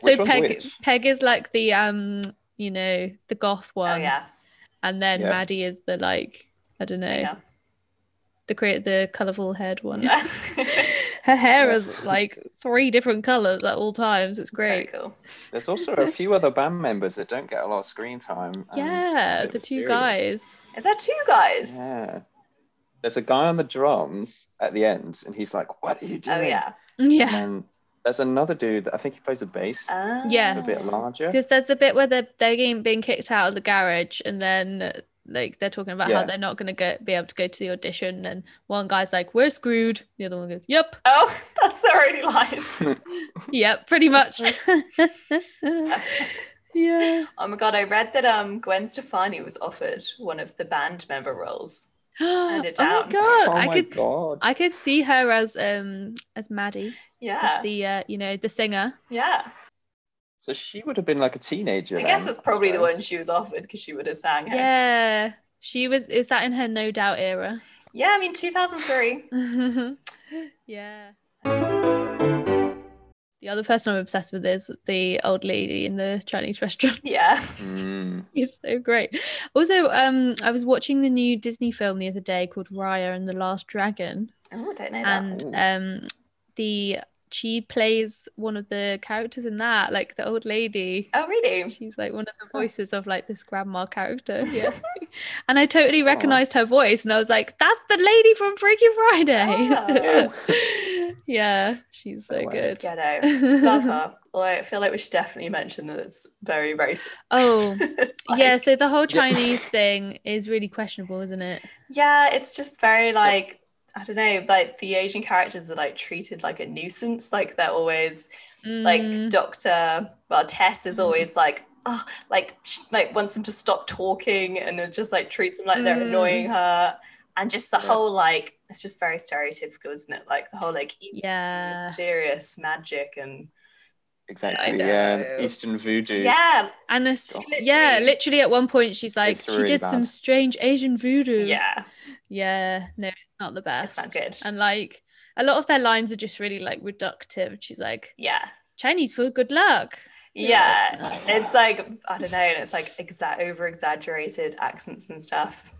[SPEAKER 4] Which
[SPEAKER 3] so
[SPEAKER 4] one's
[SPEAKER 3] Peg
[SPEAKER 4] which?
[SPEAKER 3] Peg is like the um you know the goth
[SPEAKER 2] Oh
[SPEAKER 3] one,
[SPEAKER 2] yeah.
[SPEAKER 3] and then
[SPEAKER 4] Yeah.
[SPEAKER 3] Maddie is the like I don't know
[SPEAKER 2] Singer.
[SPEAKER 3] the create the colourful haired one.
[SPEAKER 2] Yeah.
[SPEAKER 3] Her hair
[SPEAKER 4] Yes.
[SPEAKER 3] is like three different colours at all times. It's
[SPEAKER 2] Very
[SPEAKER 3] great.
[SPEAKER 2] cool.
[SPEAKER 4] There's also a few other band members that don't get a lot of screen time. and
[SPEAKER 3] Yeah,
[SPEAKER 4] Oh, it's a bit
[SPEAKER 3] the two
[SPEAKER 4] mysterious.
[SPEAKER 3] guys.
[SPEAKER 2] Is that two guys? Oh,
[SPEAKER 4] Yeah. There's a guy on the drums at the end, and he's like, "What are you doing?"
[SPEAKER 2] Oh yeah.
[SPEAKER 3] Yeah.
[SPEAKER 4] And There's another dude that I think he plays the bass.
[SPEAKER 2] Ah.
[SPEAKER 3] Yeah.
[SPEAKER 4] a bit larger.
[SPEAKER 3] Because there's a bit where they're, they're getting being kicked out of the garage, and then like they're talking about how
[SPEAKER 4] Yeah.
[SPEAKER 3] they're not going to go be able to go to the audition. And one guy's like, "We're screwed." The other one goes, "Yep,
[SPEAKER 2] Oh, that's their only lines.
[SPEAKER 3] Oh, yep, pretty much." yeah.
[SPEAKER 2] oh my god, I read that um Gwen Stefani was offered one of the band member roles.
[SPEAKER 3] Turned
[SPEAKER 2] it
[SPEAKER 3] Oh
[SPEAKER 2] down.
[SPEAKER 3] my god!
[SPEAKER 4] oh
[SPEAKER 3] I
[SPEAKER 4] my
[SPEAKER 3] could
[SPEAKER 4] god.
[SPEAKER 3] I could see her as um as Maddie,
[SPEAKER 2] Yeah.
[SPEAKER 3] as the uh, you know the singer.
[SPEAKER 2] yeah.
[SPEAKER 4] So she would have been like a teenager.
[SPEAKER 2] I guess
[SPEAKER 4] then,
[SPEAKER 2] that's probably the
[SPEAKER 4] suppose.
[SPEAKER 2] one she was offered because she would have sang her.
[SPEAKER 3] Yeah, she was. Is that in her No Doubt era?
[SPEAKER 2] Yeah, I mean 2003.
[SPEAKER 3] yeah. The other person I'm obsessed with is the old lady in the Chinese restaurant.
[SPEAKER 2] Yeah.
[SPEAKER 4] Mm.
[SPEAKER 3] She's so great. Also, um, I was watching the new Disney film the other day called Raya and the Last Dragon,
[SPEAKER 2] Oh, I don't know that.
[SPEAKER 3] and um, the she plays one of the characters in that, like the old lady.
[SPEAKER 2] oh, really?
[SPEAKER 3] She's like one of the voices of like this grandma character. Yeah. and I totally recognized her voice and I was like, that's the lady from Freaky Friday. yeah, she's so
[SPEAKER 4] Oh, wow.
[SPEAKER 3] good.
[SPEAKER 2] Ghetto. Love her. Although I feel like we should definitely mention that it's very racist.
[SPEAKER 3] oh,
[SPEAKER 2] It's like-
[SPEAKER 3] yeah. So the whole
[SPEAKER 4] Yeah.
[SPEAKER 3] Chinese thing is really questionable, isn't it?
[SPEAKER 2] Yeah, it's just very like I don't know, like the Asian characters are like treated like a nuisance. Like they're always like
[SPEAKER 3] Mm,
[SPEAKER 2] Doctor, well Tess is always like, oh, like sh- like wants them to stop talking and it just like treats them like they're
[SPEAKER 3] Mm.
[SPEAKER 2] annoying her, and just the
[SPEAKER 4] Yeah.
[SPEAKER 2] whole like it's just very stereotypical, isn't it? Like the whole like e-
[SPEAKER 3] yeah.
[SPEAKER 2] mysterious magic and
[SPEAKER 4] Exactly.
[SPEAKER 3] know.
[SPEAKER 4] Yeah. Eastern voodoo.
[SPEAKER 2] yeah,
[SPEAKER 3] And it's,
[SPEAKER 4] God.
[SPEAKER 3] yeah,
[SPEAKER 2] Literally.
[SPEAKER 3] literally at one point she's like,
[SPEAKER 4] It's
[SPEAKER 3] she
[SPEAKER 4] really
[SPEAKER 3] did some
[SPEAKER 4] bad.
[SPEAKER 3] strange Asian voodoo.
[SPEAKER 2] yeah,
[SPEAKER 3] Yeah, no, it's not the
[SPEAKER 2] It's
[SPEAKER 3] best.
[SPEAKER 2] not good.
[SPEAKER 3] And like a lot of their lines are just really like reductive. She's like,
[SPEAKER 2] yeah,
[SPEAKER 3] Chinese food, good luck. You're
[SPEAKER 2] yeah.
[SPEAKER 3] like, "No."
[SPEAKER 2] It's like I don't know, and it's like exa- over exaggerated accents and stuff.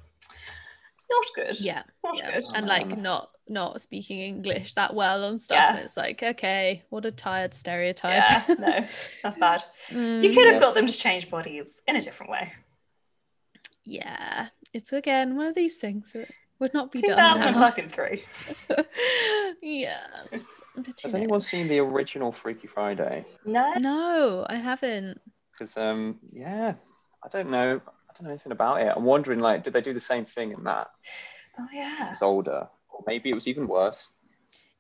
[SPEAKER 2] Not good.
[SPEAKER 3] yeah,
[SPEAKER 2] Not
[SPEAKER 3] yeah.
[SPEAKER 2] good.
[SPEAKER 3] and like not not speaking English that well on stuff.
[SPEAKER 2] Yeah.
[SPEAKER 3] And it's like, okay, what a tired stereotype.
[SPEAKER 2] Yeah, no, that's bad. You
[SPEAKER 3] Mm,
[SPEAKER 2] could have
[SPEAKER 4] Yes.
[SPEAKER 2] got them to change bodies in a different way.
[SPEAKER 3] yeah, it's again one of these things that would not be done. now.
[SPEAKER 2] 2003.
[SPEAKER 3] yes. But you
[SPEAKER 4] Has
[SPEAKER 3] know.
[SPEAKER 4] anyone seen the original Freaky Friday?
[SPEAKER 2] No.
[SPEAKER 3] No, I haven't.
[SPEAKER 4] Because um, yeah, I don't know. I don't know anything about it. I'm wondering, like, did they do the same thing in that?
[SPEAKER 2] Oh yeah.
[SPEAKER 4] It's older, or maybe it was even worse.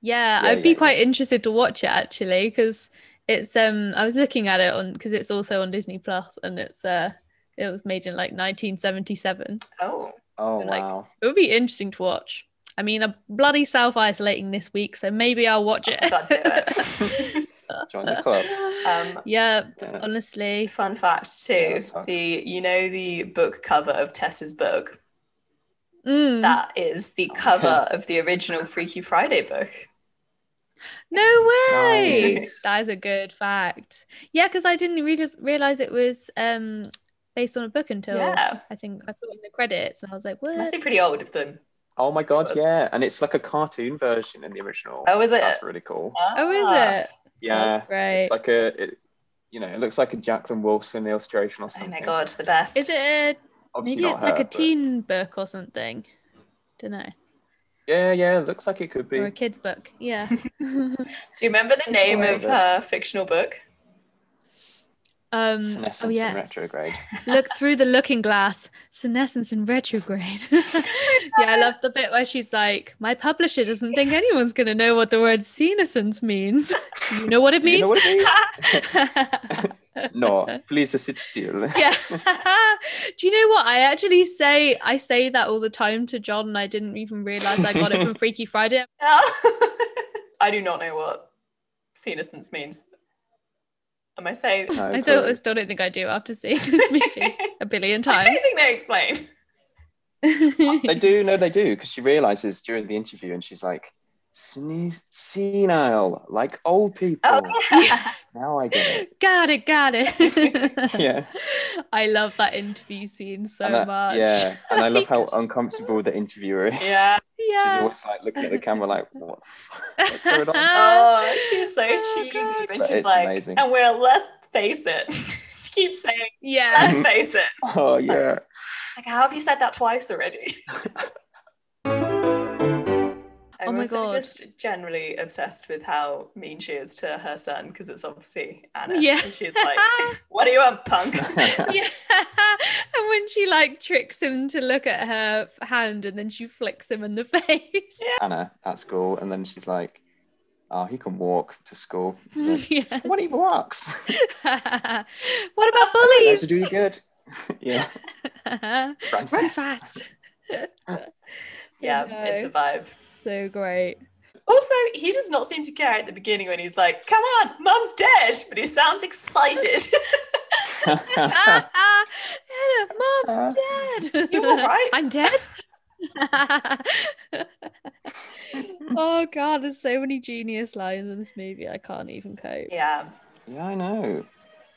[SPEAKER 3] Yeah,
[SPEAKER 4] Yeah,
[SPEAKER 3] I'd be
[SPEAKER 4] yeah,
[SPEAKER 3] quite interested to watch it actually because it's um I was looking at it on because it's also on Disney Plus and it's uh it was made in like 1977.
[SPEAKER 2] Oh.
[SPEAKER 4] Oh
[SPEAKER 3] But, like,
[SPEAKER 4] wow!
[SPEAKER 3] It would be interesting to watch. I mean, I'm bloody self isolating this week, so maybe I'll watch it.
[SPEAKER 2] God do it.
[SPEAKER 4] Join the club.
[SPEAKER 2] Um,
[SPEAKER 3] yeah,
[SPEAKER 4] Yeah.
[SPEAKER 3] honestly,
[SPEAKER 2] Fun fact too:
[SPEAKER 4] Yeah, that sucks.
[SPEAKER 2] the you know the book cover of Tess's book.
[SPEAKER 3] Mm.
[SPEAKER 2] That is the cover of the original Freaky Friday book.
[SPEAKER 3] no way.
[SPEAKER 4] Nice.
[SPEAKER 3] That is a good fact. Yeah, because I didn't re- just realize it was um based on a book until
[SPEAKER 2] Yeah,
[SPEAKER 3] I think I saw it in the credits, and I was like, what?
[SPEAKER 2] must be pretty old of them.
[SPEAKER 4] Oh my god,
[SPEAKER 2] was.
[SPEAKER 4] yeah, and it's like a cartoon version in the original.
[SPEAKER 2] Oh, is it?
[SPEAKER 4] That's really cool.
[SPEAKER 3] Oh, is
[SPEAKER 2] Ah.
[SPEAKER 3] it?
[SPEAKER 4] Yeah,
[SPEAKER 3] That's great.
[SPEAKER 4] it's like a, it, you know, it looks like a Jacqueline Wilson illustration or
[SPEAKER 2] Oh
[SPEAKER 4] something.
[SPEAKER 2] my god, the best.
[SPEAKER 3] Is it a,
[SPEAKER 4] Obviously
[SPEAKER 3] maybe
[SPEAKER 4] not
[SPEAKER 3] it's like
[SPEAKER 4] her,
[SPEAKER 3] a
[SPEAKER 4] but-
[SPEAKER 3] teen book or something? Don't know.
[SPEAKER 4] Yeah, yeah, it looks like it could
[SPEAKER 3] Or a
[SPEAKER 4] be.
[SPEAKER 3] kids book. Yeah.
[SPEAKER 2] Do you remember the name
[SPEAKER 4] quite
[SPEAKER 2] of
[SPEAKER 4] a bit.
[SPEAKER 2] her fictional book?
[SPEAKER 3] um
[SPEAKER 4] Senescence
[SPEAKER 3] oh
[SPEAKER 4] in
[SPEAKER 3] yeah.
[SPEAKER 4] retrograde.
[SPEAKER 3] Look through the looking glass. Senescence in retrograde. yeah, I love the bit where she's like, "My publisher doesn't think anyone's going to know what the word senescence means. Do you know what it
[SPEAKER 4] Do you
[SPEAKER 3] means?"
[SPEAKER 4] know what it means? no, please sit still.
[SPEAKER 3] yeah. Do you know what? I actually say I say that all the time to John and I didn't even realize I got it from Freaky Friday.
[SPEAKER 2] I do not know what senescence means. Am I saying?
[SPEAKER 4] No,
[SPEAKER 3] I
[SPEAKER 4] clue.
[SPEAKER 3] don't I still don't think I do after seeing this movie a billion
[SPEAKER 2] I
[SPEAKER 3] times.
[SPEAKER 2] don't think they explained.
[SPEAKER 4] They do, no, they do, because she realizes during the interview, and she's like, "Sneeze, senile, like old people."
[SPEAKER 2] Oh, yeah.
[SPEAKER 4] Now I get it.
[SPEAKER 3] got it, got it.
[SPEAKER 4] Yeah,
[SPEAKER 3] I love that interview scene so
[SPEAKER 4] and I-
[SPEAKER 3] much.
[SPEAKER 4] yeah, and I love how
[SPEAKER 3] Because-
[SPEAKER 4] uncomfortable the interviewer is.
[SPEAKER 2] yeah.
[SPEAKER 4] She's
[SPEAKER 3] Yeah.
[SPEAKER 4] always like looking at the camera, like, "What? What's going on?"
[SPEAKER 2] Oh, she's so
[SPEAKER 3] Uh, Oh,
[SPEAKER 2] cheesy.
[SPEAKER 3] God.
[SPEAKER 2] And
[SPEAKER 4] But
[SPEAKER 2] she's
[SPEAKER 4] it's
[SPEAKER 2] like,
[SPEAKER 4] amazing.
[SPEAKER 2] and we're let's face it. she keeps saying,
[SPEAKER 3] yeah.
[SPEAKER 2] let's face it.
[SPEAKER 4] Oh yeah.
[SPEAKER 2] Like, how have you said that twice already?
[SPEAKER 3] Oh Oh
[SPEAKER 2] I'm
[SPEAKER 3] my
[SPEAKER 2] also
[SPEAKER 3] God.
[SPEAKER 2] just generally obsessed with how mean she is to her son because it's obviously Anna.
[SPEAKER 3] Yeah.
[SPEAKER 2] And she's like, What do you want, punk?
[SPEAKER 3] yeah. And when she like tricks him to look at her f- hand and then she flicks him in the face.
[SPEAKER 4] Anna at school, and then she's like, "Oh, he can walk to school." Like,
[SPEAKER 3] Yeah.
[SPEAKER 4] What he walks?
[SPEAKER 3] what about
[SPEAKER 4] That's
[SPEAKER 3] bullies?
[SPEAKER 4] doing good. yeah, run
[SPEAKER 3] Run
[SPEAKER 4] fast.
[SPEAKER 3] fast.
[SPEAKER 2] yeah,
[SPEAKER 3] No.
[SPEAKER 2] it's a vibe.
[SPEAKER 3] So great.
[SPEAKER 2] Also, he does not seem to care at the beginning when he's like, Come on, mum's dead. But he sounds excited.
[SPEAKER 3] ah, ah, Anna, mom's dead.
[SPEAKER 2] You all right?
[SPEAKER 3] I'm dead. oh god, there's so many genius lines in this movie. I can't even cope.
[SPEAKER 2] yeah.
[SPEAKER 4] yeah, I know.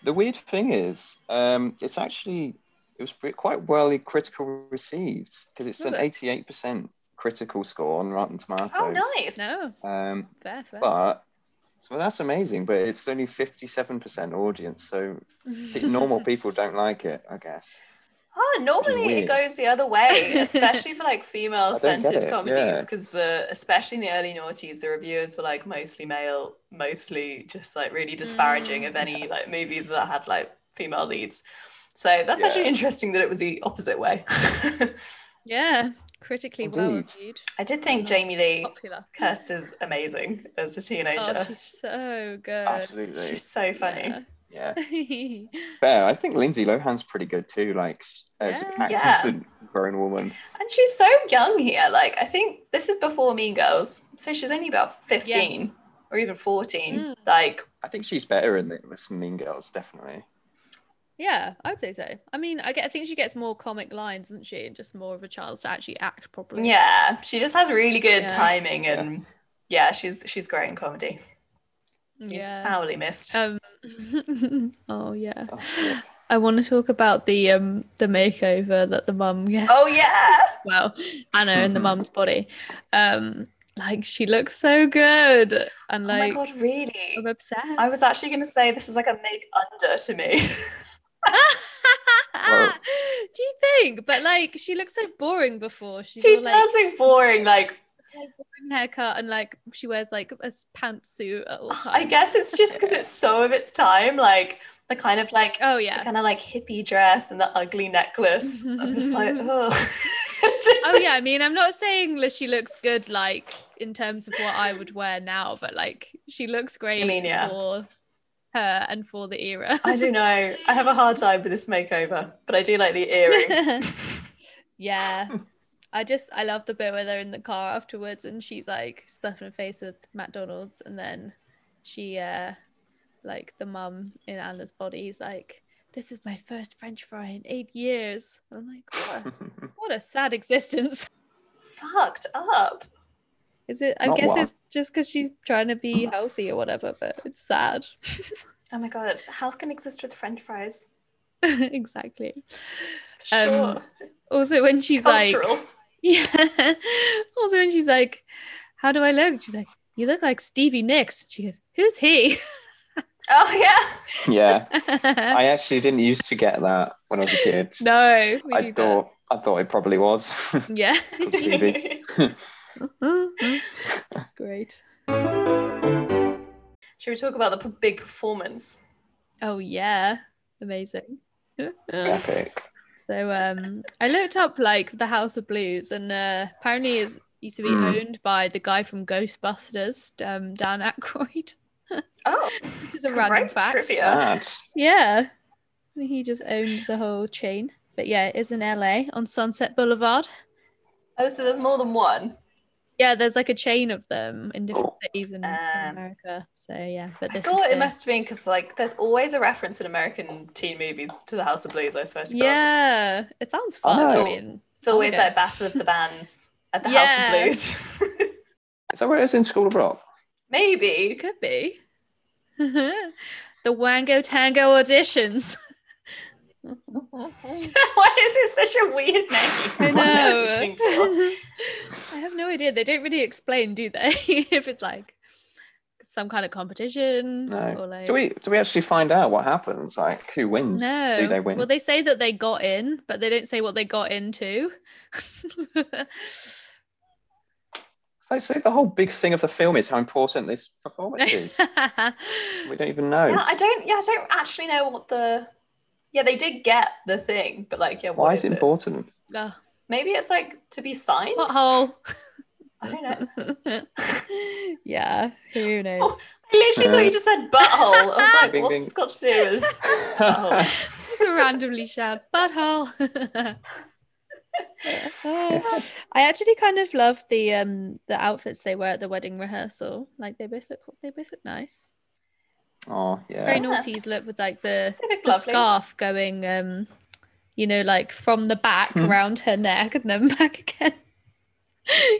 [SPEAKER 4] The weird thing is, um, it's actually it was pretty- quite well critical received because it's
[SPEAKER 3] Was
[SPEAKER 4] an
[SPEAKER 3] it?
[SPEAKER 4] eighty-eight percent critical score on Rotten Tomatoes.
[SPEAKER 2] Oh, nice.
[SPEAKER 3] No,
[SPEAKER 4] Um,
[SPEAKER 3] fair, fair.
[SPEAKER 4] but so that's amazing. But it's only fifty-seven percent audience, so pe- normal people don't like it, I guess.
[SPEAKER 2] Ah, normally
[SPEAKER 4] weird.
[SPEAKER 2] it goes the other way, especially for like female centered
[SPEAKER 4] it,
[SPEAKER 2] comedies,
[SPEAKER 4] yeah.
[SPEAKER 2] because the especially in the early noughties, the reviews were like mostly male, mostly just like really disparaging of
[SPEAKER 4] Mm.
[SPEAKER 2] any like movie that had like female leads. So that's actually
[SPEAKER 4] Yeah.
[SPEAKER 2] interesting that it was the opposite way.
[SPEAKER 3] yeah, critically well
[SPEAKER 4] Indeed.
[SPEAKER 3] reviewed,
[SPEAKER 2] I did think Jamie Lee
[SPEAKER 3] popular.
[SPEAKER 2] Curtis is amazing as a
[SPEAKER 3] Oh,
[SPEAKER 2] teenager.
[SPEAKER 3] she's so good.
[SPEAKER 4] Absolutely.
[SPEAKER 2] she's so funny.
[SPEAKER 4] Yeah.
[SPEAKER 3] Yeah.
[SPEAKER 4] Fair. I think Lindsay Lohan's pretty good too, like as
[SPEAKER 3] Yeah.
[SPEAKER 4] acting
[SPEAKER 2] Yeah.
[SPEAKER 4] as a grown woman.
[SPEAKER 2] And she's so young here. Like I think this is before Mean Girls, so she's only about fifteen or even fourteen.
[SPEAKER 3] Mm.
[SPEAKER 2] Like
[SPEAKER 4] I think she's better in it with some Mean Girls, definitely.
[SPEAKER 3] yeah, I'd say so. I mean, I get. I think she gets more comic lines, doesn't she? And just more of a chance to actually act properly.
[SPEAKER 2] yeah, she just has really good
[SPEAKER 3] Yeah.
[SPEAKER 2] timing,
[SPEAKER 4] Yeah.
[SPEAKER 2] and yeah, she's she's great in comedy. She's
[SPEAKER 3] yeah. Oh.
[SPEAKER 2] sourly missed.
[SPEAKER 3] Um, oh yeah.
[SPEAKER 4] Oh, shit.
[SPEAKER 3] I want to talk about the um the makeover that the mum gets.
[SPEAKER 2] oh yeah,
[SPEAKER 3] well, Anna in the mum's body. Um, like she looks so good, and
[SPEAKER 2] oh my
[SPEAKER 3] like
[SPEAKER 2] god, really?
[SPEAKER 3] I'm obsessed.
[SPEAKER 2] I was actually gonna say this is like a make under to me.
[SPEAKER 4] Whoa.
[SPEAKER 3] Do you think? But like, she looks so boring before. She's
[SPEAKER 2] she
[SPEAKER 3] all,
[SPEAKER 2] does
[SPEAKER 3] like,
[SPEAKER 2] look boring. Like
[SPEAKER 3] like, boring haircut, and like she wears like a s- pantsuit at all times.
[SPEAKER 2] I guess it's just because it's so of its time. Like the kind of like
[SPEAKER 3] Oh yeah.
[SPEAKER 2] kind of like hippie dress and the ugly necklace. I'm just like, oh.
[SPEAKER 3] Oh yeah. I mean, I'm not saying that she looks good like in terms of what I would wear now, but like she looks great
[SPEAKER 2] mean, yeah.
[SPEAKER 3] for her and for the era.
[SPEAKER 2] I don't know. I have a hard time with this makeover, but I do like the earring.
[SPEAKER 3] yeah. I just I love the bit where they're in the car afterwards and she's like stuffing her face with McDonald's and then she uh like the mum in Anna's body is like, This is my first French fry in eight years. And I'm like, what, what a sad existence.
[SPEAKER 2] Fucked up.
[SPEAKER 3] Is it I
[SPEAKER 4] Not
[SPEAKER 3] guess
[SPEAKER 4] one.
[SPEAKER 3] it's just because she's trying to be healthy or whatever, but it's sad.
[SPEAKER 2] Oh my god, health can exist with French fries.
[SPEAKER 3] exactly.
[SPEAKER 2] For
[SPEAKER 3] Um,
[SPEAKER 2] sure.
[SPEAKER 3] Also when she's like
[SPEAKER 2] Cultural.
[SPEAKER 3] Yeah. Also, when she's like, "How do I look?" She's like, "You look like Stevie Nicks." She goes, "Who's he?"
[SPEAKER 2] oh yeah.
[SPEAKER 4] yeah. I actually didn't used to get that when I was a kid.
[SPEAKER 3] no, we
[SPEAKER 4] I
[SPEAKER 3] need
[SPEAKER 4] thought I thought it probably was.
[SPEAKER 3] That. Yeah,
[SPEAKER 4] Stevie.
[SPEAKER 3] it's great.
[SPEAKER 2] Should we talk about the p- big performance?
[SPEAKER 3] Oh yeah, amazing. so
[SPEAKER 4] Epic.
[SPEAKER 3] um, I looked up like the House of Blues, and uh, apparently it used to be
[SPEAKER 4] Hmm.
[SPEAKER 3] owned by the guy from Ghostbusters, um, Dan Aykroyd.
[SPEAKER 2] Oh,
[SPEAKER 3] This is a random
[SPEAKER 2] great
[SPEAKER 3] fact.
[SPEAKER 2] trivia.
[SPEAKER 4] Mad.
[SPEAKER 3] Yeah. He just owned the whole chain. But yeah, it is in LA on Sunset Boulevard.
[SPEAKER 2] Oh, so there's more than one.
[SPEAKER 3] Yeah, there's like a chain of them in different
[SPEAKER 4] Cool.
[SPEAKER 3] cities in, in
[SPEAKER 2] Um,
[SPEAKER 3] America. So yeah, but
[SPEAKER 2] I
[SPEAKER 3] this
[SPEAKER 2] thought
[SPEAKER 3] is
[SPEAKER 2] it
[SPEAKER 3] the-
[SPEAKER 2] must have been because like there's always a reference in American teen movies to the House of Blues. I swear to God.
[SPEAKER 3] Yeah, it sounds
[SPEAKER 4] I
[SPEAKER 3] fun.
[SPEAKER 2] know.
[SPEAKER 3] Brilliant.
[SPEAKER 2] It's always
[SPEAKER 3] Okay.
[SPEAKER 2] like Battle of the Bands at the
[SPEAKER 3] Yeah.
[SPEAKER 2] House of Blues.
[SPEAKER 4] Is that where it was in School of Rock?
[SPEAKER 3] It
[SPEAKER 2] Maybe.
[SPEAKER 3] could be. the Wango Tango auditions.
[SPEAKER 2] Why is it such a weird name?
[SPEAKER 3] I
[SPEAKER 2] What are they
[SPEAKER 3] know.
[SPEAKER 2] auditioning for?
[SPEAKER 3] I have no idea. They don't really explain, do they? if it's like some kind of competition
[SPEAKER 4] No.
[SPEAKER 3] or like
[SPEAKER 4] Do we do we actually find out what happens? Like who wins?
[SPEAKER 3] No.
[SPEAKER 4] Do they win?
[SPEAKER 3] Well, they say that they got in, but they don't say what they got into.
[SPEAKER 4] Like, see, the whole big thing of the film is how important this performance is.
[SPEAKER 3] Ah,
[SPEAKER 4] we don't even know.
[SPEAKER 2] Yeah, I don't. Yeah, I don't actually know what the. Yeah, they did get the thing, but like, yeah, what
[SPEAKER 4] Why is it important?
[SPEAKER 3] Ugh,
[SPEAKER 2] Maybe it's like to be signed.
[SPEAKER 3] pothole.
[SPEAKER 2] I don't know.
[SPEAKER 3] yeah, who
[SPEAKER 2] Oh,
[SPEAKER 3] knows?
[SPEAKER 2] I literally thought you just said butthole. I was like,
[SPEAKER 4] Bing,
[SPEAKER 2] what's
[SPEAKER 4] bing.
[SPEAKER 2] this got to do with
[SPEAKER 3] Oh.
[SPEAKER 2] buttholes?
[SPEAKER 3] Just randomly shout butthole. I actually kind of love the um the outfits they wear at the wedding rehearsal. Like they both look they both look nice.
[SPEAKER 4] oh yeah.
[SPEAKER 3] Very naughties look with like the,
[SPEAKER 2] They look
[SPEAKER 3] the
[SPEAKER 2] lovely.
[SPEAKER 3] scarf going um you know like from the back
[SPEAKER 4] Hmm.
[SPEAKER 3] around her neck and then back again.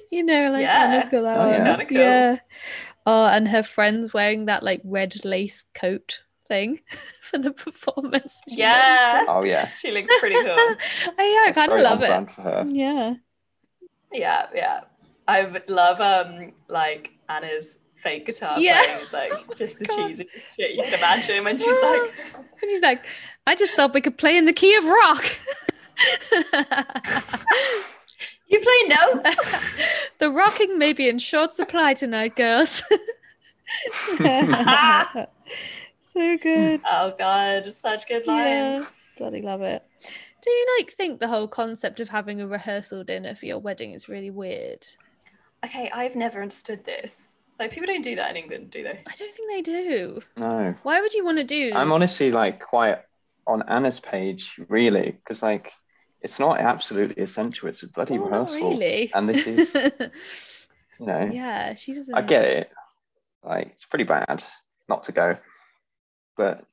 [SPEAKER 3] you know like
[SPEAKER 2] Yeah.
[SPEAKER 3] Anna's got that
[SPEAKER 4] Oh,
[SPEAKER 3] one.
[SPEAKER 4] yeah.
[SPEAKER 2] Kinda cool.
[SPEAKER 3] yeah. Oh, and her friends wearing that like red lace coat thing for the performance. She
[SPEAKER 2] Yeah.
[SPEAKER 4] Oh yeah.
[SPEAKER 2] She looks pretty cool.
[SPEAKER 3] oh yeah, I
[SPEAKER 4] That's
[SPEAKER 3] kind of
[SPEAKER 4] very
[SPEAKER 3] love
[SPEAKER 4] on
[SPEAKER 3] it.
[SPEAKER 4] brand For her.
[SPEAKER 3] Yeah.
[SPEAKER 2] Yeah, yeah. I would love um like Anna's fake guitar
[SPEAKER 3] Yeah. Oh
[SPEAKER 2] playing is like just the
[SPEAKER 3] God.
[SPEAKER 2] cheesy shit you can imagine when she's like
[SPEAKER 3] And he's like, I just thought we could play in the key of rock.
[SPEAKER 2] You play notes?
[SPEAKER 3] the rocking may be in short supply tonight, girls. so good.
[SPEAKER 2] oh god, such good lines.
[SPEAKER 3] Yeah, bloody love it. Do you like think the whole concept of having a rehearsal dinner for your wedding is really weird?
[SPEAKER 2] Okay, I've never understood this. Like people don't do that in England, do they?
[SPEAKER 3] I don't think they do.
[SPEAKER 4] No,
[SPEAKER 3] Why would you want to do?
[SPEAKER 4] I'm honestly like quite on Anna's page really, because like it's not absolutely essential. It's a bloody
[SPEAKER 3] Well, Oh, not
[SPEAKER 4] rehearsal,
[SPEAKER 3] really.
[SPEAKER 4] and this is you know.
[SPEAKER 3] yeah, she doesn't.
[SPEAKER 4] I get it. Like it's pretty bad not to go, but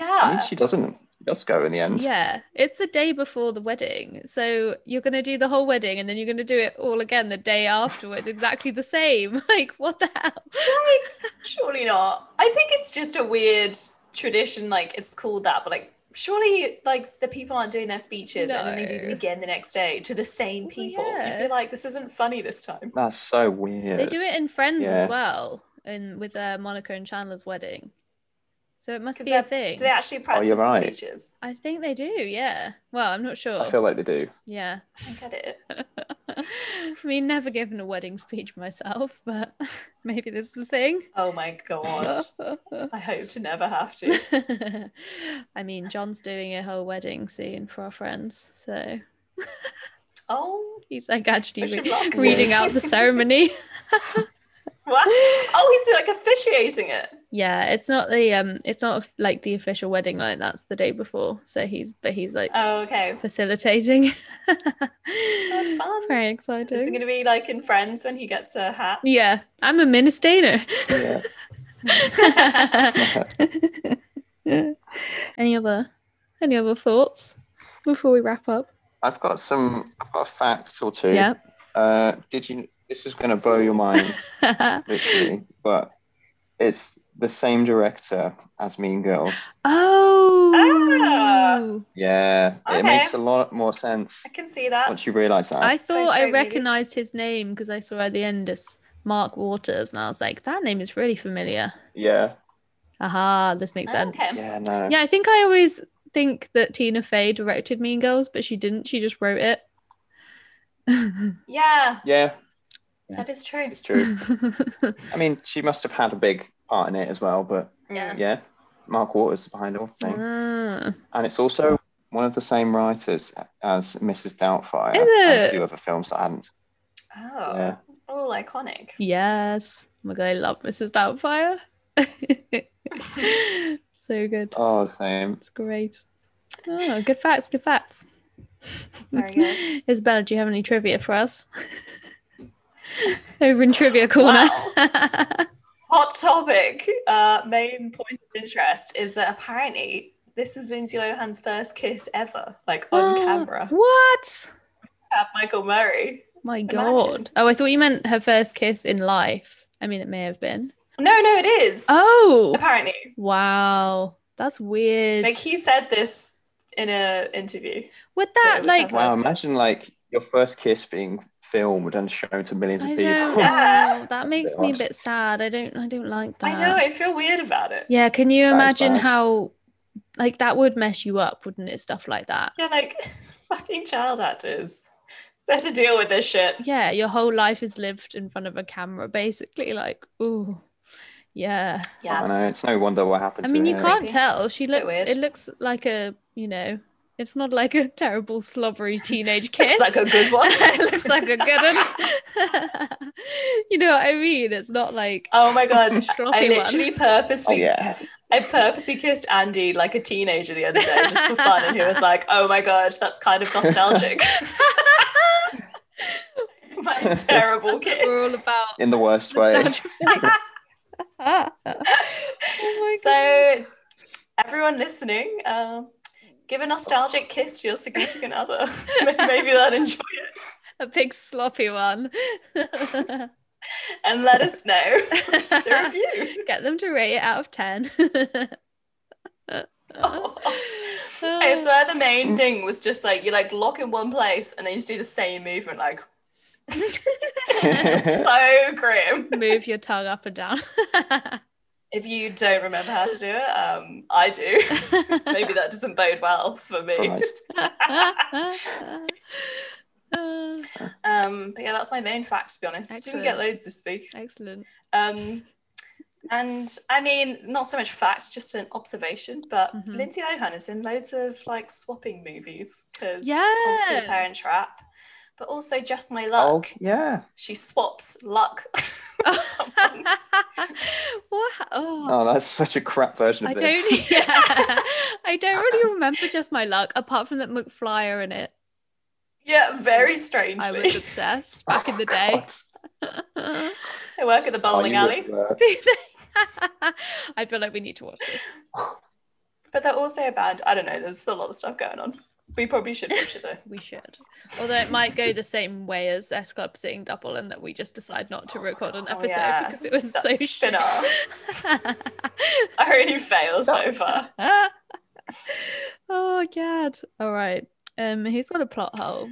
[SPEAKER 4] I mean
[SPEAKER 2] Yeah.
[SPEAKER 4] she doesn't. She does go in the end.
[SPEAKER 3] Yeah, it's the day before the wedding. So you're going to do the whole wedding and then you're going to do it all again the day afterwards, exactly the same. Like, what the hell?
[SPEAKER 2] Like, surely not. I think it's just a weird tradition, like it's called that, but like surely like the people aren't doing their speeches and then they do them
[SPEAKER 3] No.
[SPEAKER 2] again the next day to the same
[SPEAKER 3] Well,
[SPEAKER 2] people.
[SPEAKER 3] yeah.
[SPEAKER 2] You'd be like, this isn't funny this time.
[SPEAKER 4] That's so weird.
[SPEAKER 3] They do it in Friends
[SPEAKER 4] Yeah.
[SPEAKER 3] as well, and with uh, Monica and Chandler's wedding. So it must
[SPEAKER 2] 'Cause
[SPEAKER 3] be a
[SPEAKER 2] they're-
[SPEAKER 3] thing.
[SPEAKER 2] Do they actually practice the
[SPEAKER 4] right.
[SPEAKER 2] speeches?
[SPEAKER 3] I think they do, yeah. Well, I'm not sure.
[SPEAKER 4] I feel like they do.
[SPEAKER 3] yeah.
[SPEAKER 2] I don't get it.
[SPEAKER 3] I mean, never given a wedding speech myself, but maybe this is a thing.
[SPEAKER 2] Oh my god. I hope to never have to.
[SPEAKER 3] I mean, John's doing a whole wedding scene for our friends, so
[SPEAKER 2] Oh,
[SPEAKER 3] he's like actually
[SPEAKER 2] wish him
[SPEAKER 3] re-
[SPEAKER 2] luck.
[SPEAKER 3] reading out the ceremony.
[SPEAKER 2] What? Oh, he's like officiating it.
[SPEAKER 3] yeah, it's not the um, it's not like the official wedding night. That's the day before. So he's, but he's like
[SPEAKER 2] Oh, okay.
[SPEAKER 3] facilitating.
[SPEAKER 2] fun.
[SPEAKER 3] Very
[SPEAKER 2] Is it
[SPEAKER 3] exciting.
[SPEAKER 2] going to be like in Friends when he gets a hat?
[SPEAKER 3] Yeah, I'm a minister.
[SPEAKER 4] Yeah.
[SPEAKER 3] any other, any other thoughts before we wrap up?
[SPEAKER 4] I've got some. I've got a fact or two.
[SPEAKER 3] Yeah.
[SPEAKER 4] Uh, did you? This is gonna blow your minds, literally. But it's the same director as Mean Girls.
[SPEAKER 2] Ah!
[SPEAKER 3] Oh.
[SPEAKER 4] Yeah,
[SPEAKER 2] Okay.
[SPEAKER 4] it makes a lot more sense
[SPEAKER 2] I can see that.
[SPEAKER 4] once you realise that.
[SPEAKER 3] I
[SPEAKER 2] Don't
[SPEAKER 3] thought I
[SPEAKER 2] worry, ladies.
[SPEAKER 3] recognised his name because I saw at the end as Mark Waters, and I was like, that name is really familiar.
[SPEAKER 4] Yeah.
[SPEAKER 3] Aha, this makes sense.
[SPEAKER 2] Okay.
[SPEAKER 4] Yeah. No.
[SPEAKER 3] Yeah, I think I always think that Tina Fey directed Mean Girls, but she didn't. She just wrote it.
[SPEAKER 2] Yeah,
[SPEAKER 4] Yeah,
[SPEAKER 2] that is true.
[SPEAKER 4] it's true. I mean, she must have had a big part in it as well, but
[SPEAKER 2] Yeah.
[SPEAKER 4] yeah, Mark Waters behind all thing,
[SPEAKER 3] Ah.
[SPEAKER 4] and it's also one of the same writers as Mrs. Doubtfire
[SPEAKER 3] Is
[SPEAKER 4] and
[SPEAKER 3] it?
[SPEAKER 4] a few other films that I hadn't. Seen.
[SPEAKER 2] Oh,
[SPEAKER 4] Yeah.
[SPEAKER 2] all iconic.
[SPEAKER 3] yes. Oh my god, I love Mrs. Doubtfire. so good.
[SPEAKER 4] Oh, the same.
[SPEAKER 3] It's great. Oh, good facts, good facts.
[SPEAKER 2] Very good.
[SPEAKER 3] Isabella, do you have any trivia for us? Over in Trivia Corner.
[SPEAKER 2] Hot topic. Uh, main point of interest is that apparently this was Lindsay Lohan's first kiss ever, like on
[SPEAKER 3] Oh,
[SPEAKER 2] camera
[SPEAKER 3] What?
[SPEAKER 2] at Michael Murray.
[SPEAKER 3] My
[SPEAKER 2] Imagine.
[SPEAKER 3] god. Oh, I thought you meant her first kiss in life. I mean, it may have been.
[SPEAKER 2] No, no, it is.
[SPEAKER 3] Oh,
[SPEAKER 2] Apparently,
[SPEAKER 3] wow. That's weird.
[SPEAKER 2] like he said this in a interview.
[SPEAKER 3] Would
[SPEAKER 2] it
[SPEAKER 3] that,
[SPEAKER 2] was
[SPEAKER 3] like,
[SPEAKER 2] her
[SPEAKER 4] Wow,
[SPEAKER 2] First-
[SPEAKER 4] imagine like your first kiss being filmed and shown to millions of
[SPEAKER 3] I don't
[SPEAKER 4] people.
[SPEAKER 3] know. That
[SPEAKER 4] a
[SPEAKER 3] makes
[SPEAKER 4] bit
[SPEAKER 3] me a
[SPEAKER 4] odd.
[SPEAKER 3] bit sad. I don't, I don't like that.
[SPEAKER 2] I know. I feel weird about it.
[SPEAKER 3] Yeah, can you
[SPEAKER 4] That is
[SPEAKER 3] imagine
[SPEAKER 4] bad.
[SPEAKER 3] how, like, that would mess you up, wouldn't it? Stuff like that.
[SPEAKER 2] Yeah, like fucking child actors. They have to deal with this shit.
[SPEAKER 3] Yeah, your whole life is lived in front of a camera, basically. Like, ooh, yeah.
[SPEAKER 4] I
[SPEAKER 2] Yeah.
[SPEAKER 4] know it's no wonder what happened.
[SPEAKER 3] I mean,
[SPEAKER 4] to
[SPEAKER 3] you
[SPEAKER 4] her.
[SPEAKER 3] can't
[SPEAKER 2] Creepy.
[SPEAKER 3] tell. She looks.
[SPEAKER 2] weird.
[SPEAKER 3] It looks like a. You know, it's not like a terrible slobbery teenage kiss.
[SPEAKER 2] It's like a good one.
[SPEAKER 3] it looks like a good one. you know what I mean? It's not like
[SPEAKER 2] Oh my
[SPEAKER 3] a
[SPEAKER 2] god. I
[SPEAKER 3] sloppy
[SPEAKER 2] literally
[SPEAKER 4] Oh
[SPEAKER 2] purposely
[SPEAKER 4] yeah,
[SPEAKER 2] I purposely kissed Andy like a teenager the other day just for fun, and he was like, "Oh my god, that's kind of nostalgic." my terrible
[SPEAKER 3] one. That's Oh what we're all
[SPEAKER 2] kiss.
[SPEAKER 3] about.
[SPEAKER 4] in the worst way.
[SPEAKER 3] Nostalgia flicks. oh my god.
[SPEAKER 2] So, everyone listening, um, give a nostalgic kiss to your significant other. Maybe they'll enjoy it,
[SPEAKER 3] A big sloppy one.
[SPEAKER 2] and let us know the review.
[SPEAKER 3] Get them to rate it out of 10. Oh.
[SPEAKER 2] I swear the main thing was just like you like lock in one place and then you just do the same movement like so grim.
[SPEAKER 3] Move your tongue up and down.
[SPEAKER 2] If you don't remember how to do it, um, I do. Maybe that doesn't bode well for me.
[SPEAKER 4] Christ.
[SPEAKER 3] Uh,
[SPEAKER 2] Um, but yeah, that's my main fact to be honest. Didn't get
[SPEAKER 3] Excellent.
[SPEAKER 2] loads this week.
[SPEAKER 3] excellent.
[SPEAKER 2] Um, and I mean, not so much fact, just an observation. But
[SPEAKER 3] Mhm.
[SPEAKER 2] Lindsay Lohan is in loads of like swapping movies because
[SPEAKER 3] Yeah.
[SPEAKER 2] obviously Parent Trap, but also Just My
[SPEAKER 4] Oh
[SPEAKER 2] Luck.
[SPEAKER 4] yeah.
[SPEAKER 2] She swaps luck. Someone.
[SPEAKER 3] what? Oh.
[SPEAKER 4] Oh, that's such a crap version of
[SPEAKER 3] I
[SPEAKER 4] this.
[SPEAKER 3] don't. e-, Yeah, I don't really remember just my luck, apart from that McFly are in it.
[SPEAKER 2] yeah, very strangely.
[SPEAKER 3] I was obsessed back in the day.
[SPEAKER 4] Oh, God.
[SPEAKER 2] I work at the
[SPEAKER 4] Oh,
[SPEAKER 2] bowling
[SPEAKER 4] you
[SPEAKER 2] alley.
[SPEAKER 4] would, uh,
[SPEAKER 3] Do they? I feel like we need to watch this.
[SPEAKER 2] But they're also a band. I don't know. There's a lot of stuff going on. We probably should watch it though.
[SPEAKER 3] We should. Although it might go the same way as S Club Sitting Double, and that we just decide not to record an
[SPEAKER 2] Oh,
[SPEAKER 3] episode
[SPEAKER 2] yeah.
[SPEAKER 3] because it was
[SPEAKER 2] That
[SPEAKER 3] so shit.
[SPEAKER 2] spin-off. I really fail so far.
[SPEAKER 3] oh god. All right. Um, who's got a plot hole?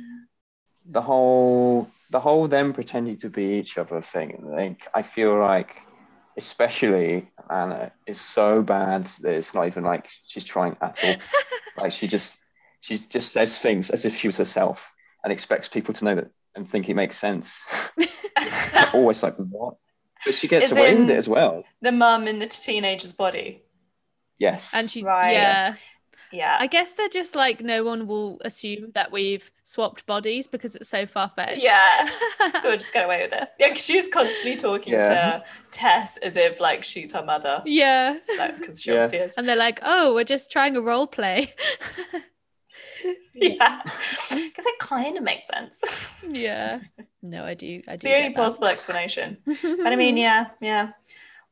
[SPEAKER 4] the whole the whole them pretending to be each other thing like i feel like especially anna is so bad that it's not even like she's trying at all like she just she just says things as if she was herself and expects people to know that and think it makes sense It's always like what but she gets
[SPEAKER 2] As
[SPEAKER 4] away with
[SPEAKER 2] in-
[SPEAKER 4] it as well
[SPEAKER 2] the mum in the teenager's body.
[SPEAKER 4] yes
[SPEAKER 3] And she,
[SPEAKER 2] Right.
[SPEAKER 3] yeah.
[SPEAKER 2] Yeah.
[SPEAKER 3] I guess they're just like no one will assume that we've swapped bodies because it's so far fetched.
[SPEAKER 2] yeah. so we'll just get away with it. Yeah, 'cause she's constantly talking
[SPEAKER 4] Yeah.
[SPEAKER 2] to Tess as if like she's her mother.
[SPEAKER 3] yeah.
[SPEAKER 2] Like, because she
[SPEAKER 4] Yeah.
[SPEAKER 2] obviously is.
[SPEAKER 3] And they're like, oh, we're just trying a role play.
[SPEAKER 2] Yeah. Because it kind of makes sense.
[SPEAKER 3] yeah. No, I do. I do.
[SPEAKER 2] the only
[SPEAKER 3] get that. Hmm.
[SPEAKER 2] possible explanation. But I mean, yeah, yeah.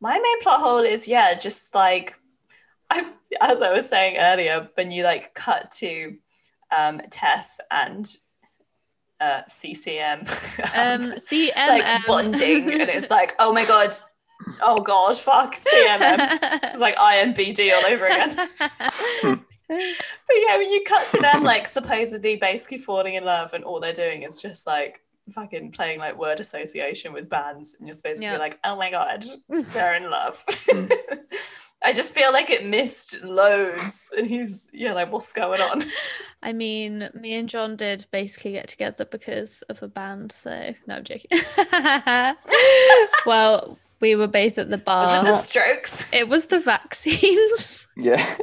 [SPEAKER 2] My main plot hole is yeah, just like I, as I was saying earlier, when you like cut to um, Tess and uh, CCM,
[SPEAKER 3] Um, CMM.
[SPEAKER 2] like bonding, and it's like, oh my god, oh god, fuck CMM. This is like IMBD all over again. But yeah, when you cut to them like supposedly basically falling in love, and all they're doing is just like fucking playing like word association with bands, and you're supposed to
[SPEAKER 3] Yeah.
[SPEAKER 2] be like, oh my god,
[SPEAKER 3] Mm.
[SPEAKER 2] they're in love.
[SPEAKER 4] Mm.
[SPEAKER 2] I just feel like it missed loads, and he's yeah, like what's going on?
[SPEAKER 3] I mean, me and John did basically get together because of a band. So no, I'm joking. well, we were both at the
[SPEAKER 2] Was
[SPEAKER 3] bar.
[SPEAKER 2] it the Strokes?
[SPEAKER 3] It was the vaccines.
[SPEAKER 4] yeah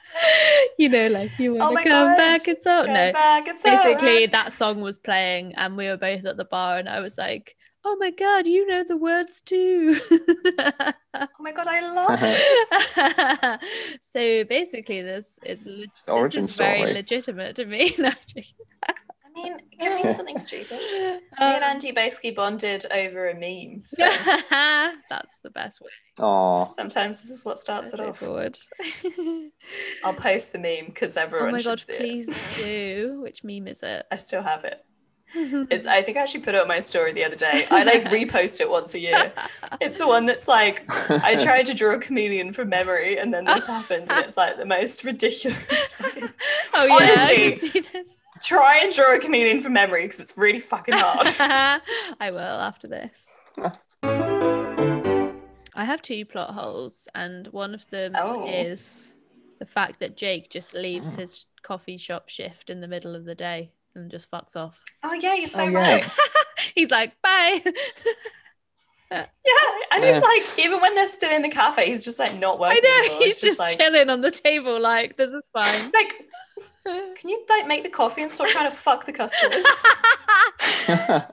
[SPEAKER 3] you know, like you want
[SPEAKER 2] Oh my
[SPEAKER 3] to come
[SPEAKER 2] God.
[SPEAKER 3] back. It's all
[SPEAKER 2] Go
[SPEAKER 3] no.
[SPEAKER 2] back, oh, it's
[SPEAKER 3] Basically,
[SPEAKER 2] alright.
[SPEAKER 3] that song was playing, and we were both at the bar, and I was like, "Oh my god, you know the words too."
[SPEAKER 2] Oh my god, I love this.
[SPEAKER 3] so basically, this is le-
[SPEAKER 4] it's the origin
[SPEAKER 3] this is very
[SPEAKER 4] story
[SPEAKER 3] legitimate to me. No, I'm joking.
[SPEAKER 2] I mean, give me something stupid. Me and
[SPEAKER 3] Um,
[SPEAKER 2] Andy basically bonded over a meme. So
[SPEAKER 3] that's the best way.
[SPEAKER 4] oh
[SPEAKER 2] sometimes this is what starts
[SPEAKER 3] That's
[SPEAKER 2] it off.
[SPEAKER 3] forward. oh
[SPEAKER 2] I'll post the meme because everyone
[SPEAKER 3] my
[SPEAKER 2] should
[SPEAKER 3] god,
[SPEAKER 2] see it.
[SPEAKER 3] please do. Which meme is it?
[SPEAKER 2] I still have it. It's I think I actually put it on my story the other day. I like repost it once a year. It's the one that's like I tried to draw a chameleon from memory and then this happened and it's like the most ridiculous. fucking-
[SPEAKER 3] Oh yeah, I
[SPEAKER 2] Honestly,
[SPEAKER 3] did see this.
[SPEAKER 2] Try and draw a chameleon from memory because it's really fucking hard.
[SPEAKER 3] I will after this. I have two plot holes, and one of them
[SPEAKER 2] Oh. Mm.
[SPEAKER 3] is the fact that Jake just leaves his coffee shop shift in the middle of the day and just fucks off.
[SPEAKER 2] Oh yeah, you're so
[SPEAKER 4] Oh, yeah.
[SPEAKER 2] right.
[SPEAKER 3] He's like, bye.
[SPEAKER 2] Yeah, and
[SPEAKER 4] Yeah.
[SPEAKER 2] he's like, even when they're still in the cafe, he's just like not
[SPEAKER 3] I
[SPEAKER 2] working.
[SPEAKER 3] know.
[SPEAKER 2] anymore.
[SPEAKER 3] He's
[SPEAKER 2] It's
[SPEAKER 3] just
[SPEAKER 2] like,
[SPEAKER 3] chilling on the table, like, this is fine.
[SPEAKER 2] like, can you like make the coffee and stop trying to fuck the customers?
[SPEAKER 3] Ah.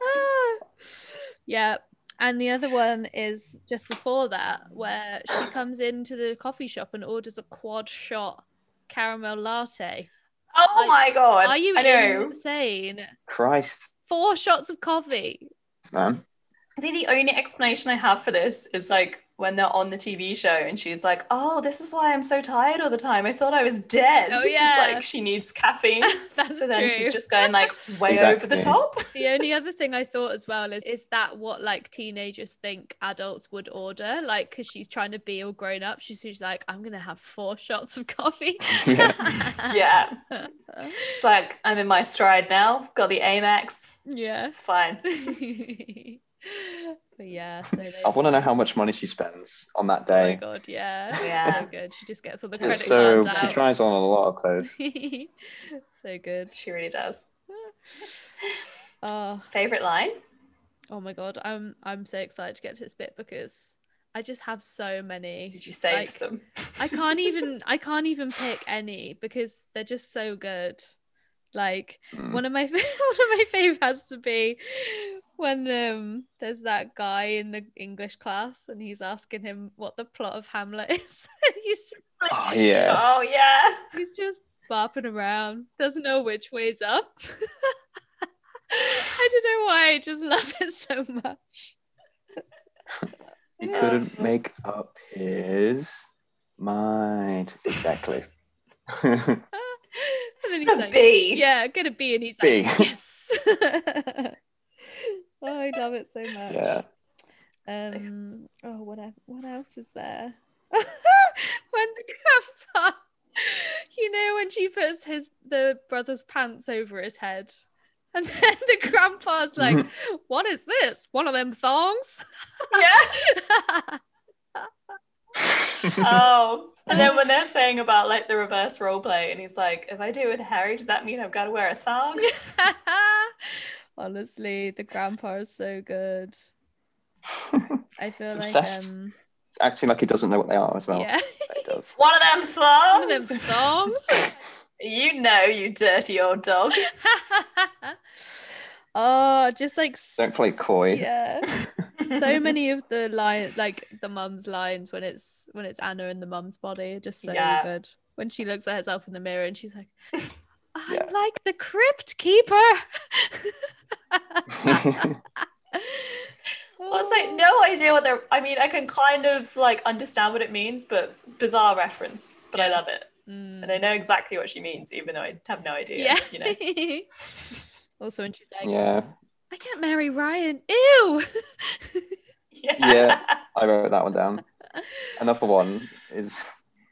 [SPEAKER 3] yeah. And the other one is just before that, where she comes into the coffee shop and orders a quad shot caramel latte.
[SPEAKER 2] Oh
[SPEAKER 3] Like,
[SPEAKER 2] my god!
[SPEAKER 3] Are you
[SPEAKER 2] I know.
[SPEAKER 3] insane?
[SPEAKER 4] Christ,
[SPEAKER 3] Four shots of coffee.
[SPEAKER 4] man.
[SPEAKER 2] See, the only explanation I have for this is like when they're on the TV show and she's like, "Oh, this is why I'm so tired all the time. I thought I was dead."
[SPEAKER 3] Oh,
[SPEAKER 2] It's
[SPEAKER 3] yeah.
[SPEAKER 2] like she needs caffeine.
[SPEAKER 3] That's
[SPEAKER 2] so then
[SPEAKER 3] true.
[SPEAKER 2] she's just going like way over the
[SPEAKER 4] Exactly.
[SPEAKER 2] top.
[SPEAKER 3] the only other thing I thought as well is is that what like teenagers think adults would order? Like, because she's trying to be all grown up, she's, she's like, I'm gonna have four shots of coffee.
[SPEAKER 2] Yeah. It's like I'm in my stride now. Got the Amex.
[SPEAKER 3] yeah.
[SPEAKER 2] It's fine.
[SPEAKER 3] but yeah, so they,
[SPEAKER 4] I want to know how much money she spends on that
[SPEAKER 3] Oh my
[SPEAKER 4] day.
[SPEAKER 3] god, yeah,
[SPEAKER 2] Yeah.
[SPEAKER 3] so good. She just gets all the
[SPEAKER 2] It's
[SPEAKER 3] credit
[SPEAKER 4] so
[SPEAKER 3] cards
[SPEAKER 4] she
[SPEAKER 3] out.
[SPEAKER 4] tries on a lot of clothes.
[SPEAKER 3] so good.
[SPEAKER 2] She really does.
[SPEAKER 3] Oh,
[SPEAKER 2] Favorite line?
[SPEAKER 3] oh my god, I'm I'm so excited to get to this bit because I just have so many.
[SPEAKER 2] Did you save
[SPEAKER 3] Like,
[SPEAKER 2] some?
[SPEAKER 3] I can't even I can't even pick any because they're just so good. Like
[SPEAKER 4] Mm.
[SPEAKER 3] one of my fa- one of my fave has to be when um there's that guy in the English class and he's asking him what the plot of Hamlet is. he's just like
[SPEAKER 4] Oh yeah.
[SPEAKER 2] Oh yeah.
[SPEAKER 3] he's just bopping around, doesn't know which way's up. I don't know why I just love it so much.
[SPEAKER 4] He couldn't make up his mind. Exactly.
[SPEAKER 3] and then he's
[SPEAKER 2] A
[SPEAKER 3] like,
[SPEAKER 2] bee.
[SPEAKER 3] Yeah, get a B, and he's
[SPEAKER 4] B.
[SPEAKER 3] like, yes. oh, I love it so much.
[SPEAKER 4] yeah.
[SPEAKER 3] Um. Oh, what? e- What else is there? when the grandpa, you know, when she puts his the brother's pants over his head, and then the grandpa's like, "What is this? One of them thongs?"
[SPEAKER 2] Yeah. Oh, and then when they're saying about like the reverse role play, and he's like, if I do it with Harry, does that mean I've got to wear a thong?
[SPEAKER 3] Honestly, the grandpa is so good. I feel
[SPEAKER 4] It's
[SPEAKER 3] like
[SPEAKER 4] obsessed.
[SPEAKER 3] um,
[SPEAKER 4] Acting like he doesn't know what they are as well.
[SPEAKER 3] yeah,
[SPEAKER 4] He does.
[SPEAKER 2] One of them
[SPEAKER 3] one of them
[SPEAKER 2] thongs.
[SPEAKER 3] thongs.
[SPEAKER 2] You know, you dirty old dog.
[SPEAKER 3] oh, just like s-
[SPEAKER 4] Don't play coy.
[SPEAKER 3] yeah. so many of the lines like the mum's lines when it's when it's anna in the mum's body are just so
[SPEAKER 2] Yeah.
[SPEAKER 3] good when she looks at herself in the mirror and she's like i'm
[SPEAKER 4] Yeah.
[SPEAKER 3] like the crypt keeper
[SPEAKER 2] Also,
[SPEAKER 3] Oh,
[SPEAKER 2] no idea what they're. I mean, I can kind of like understand what it means, but bizarre reference. But I
[SPEAKER 3] Yeah.
[SPEAKER 2] love it,
[SPEAKER 3] mm,
[SPEAKER 2] and I know exactly what she means, even though I have no idea.
[SPEAKER 3] yeah
[SPEAKER 2] You know.
[SPEAKER 3] also when she's like
[SPEAKER 4] yeah.
[SPEAKER 3] i can't marry ryan ew
[SPEAKER 2] Yeah.
[SPEAKER 4] Yeah. I wrote that one down. Another one is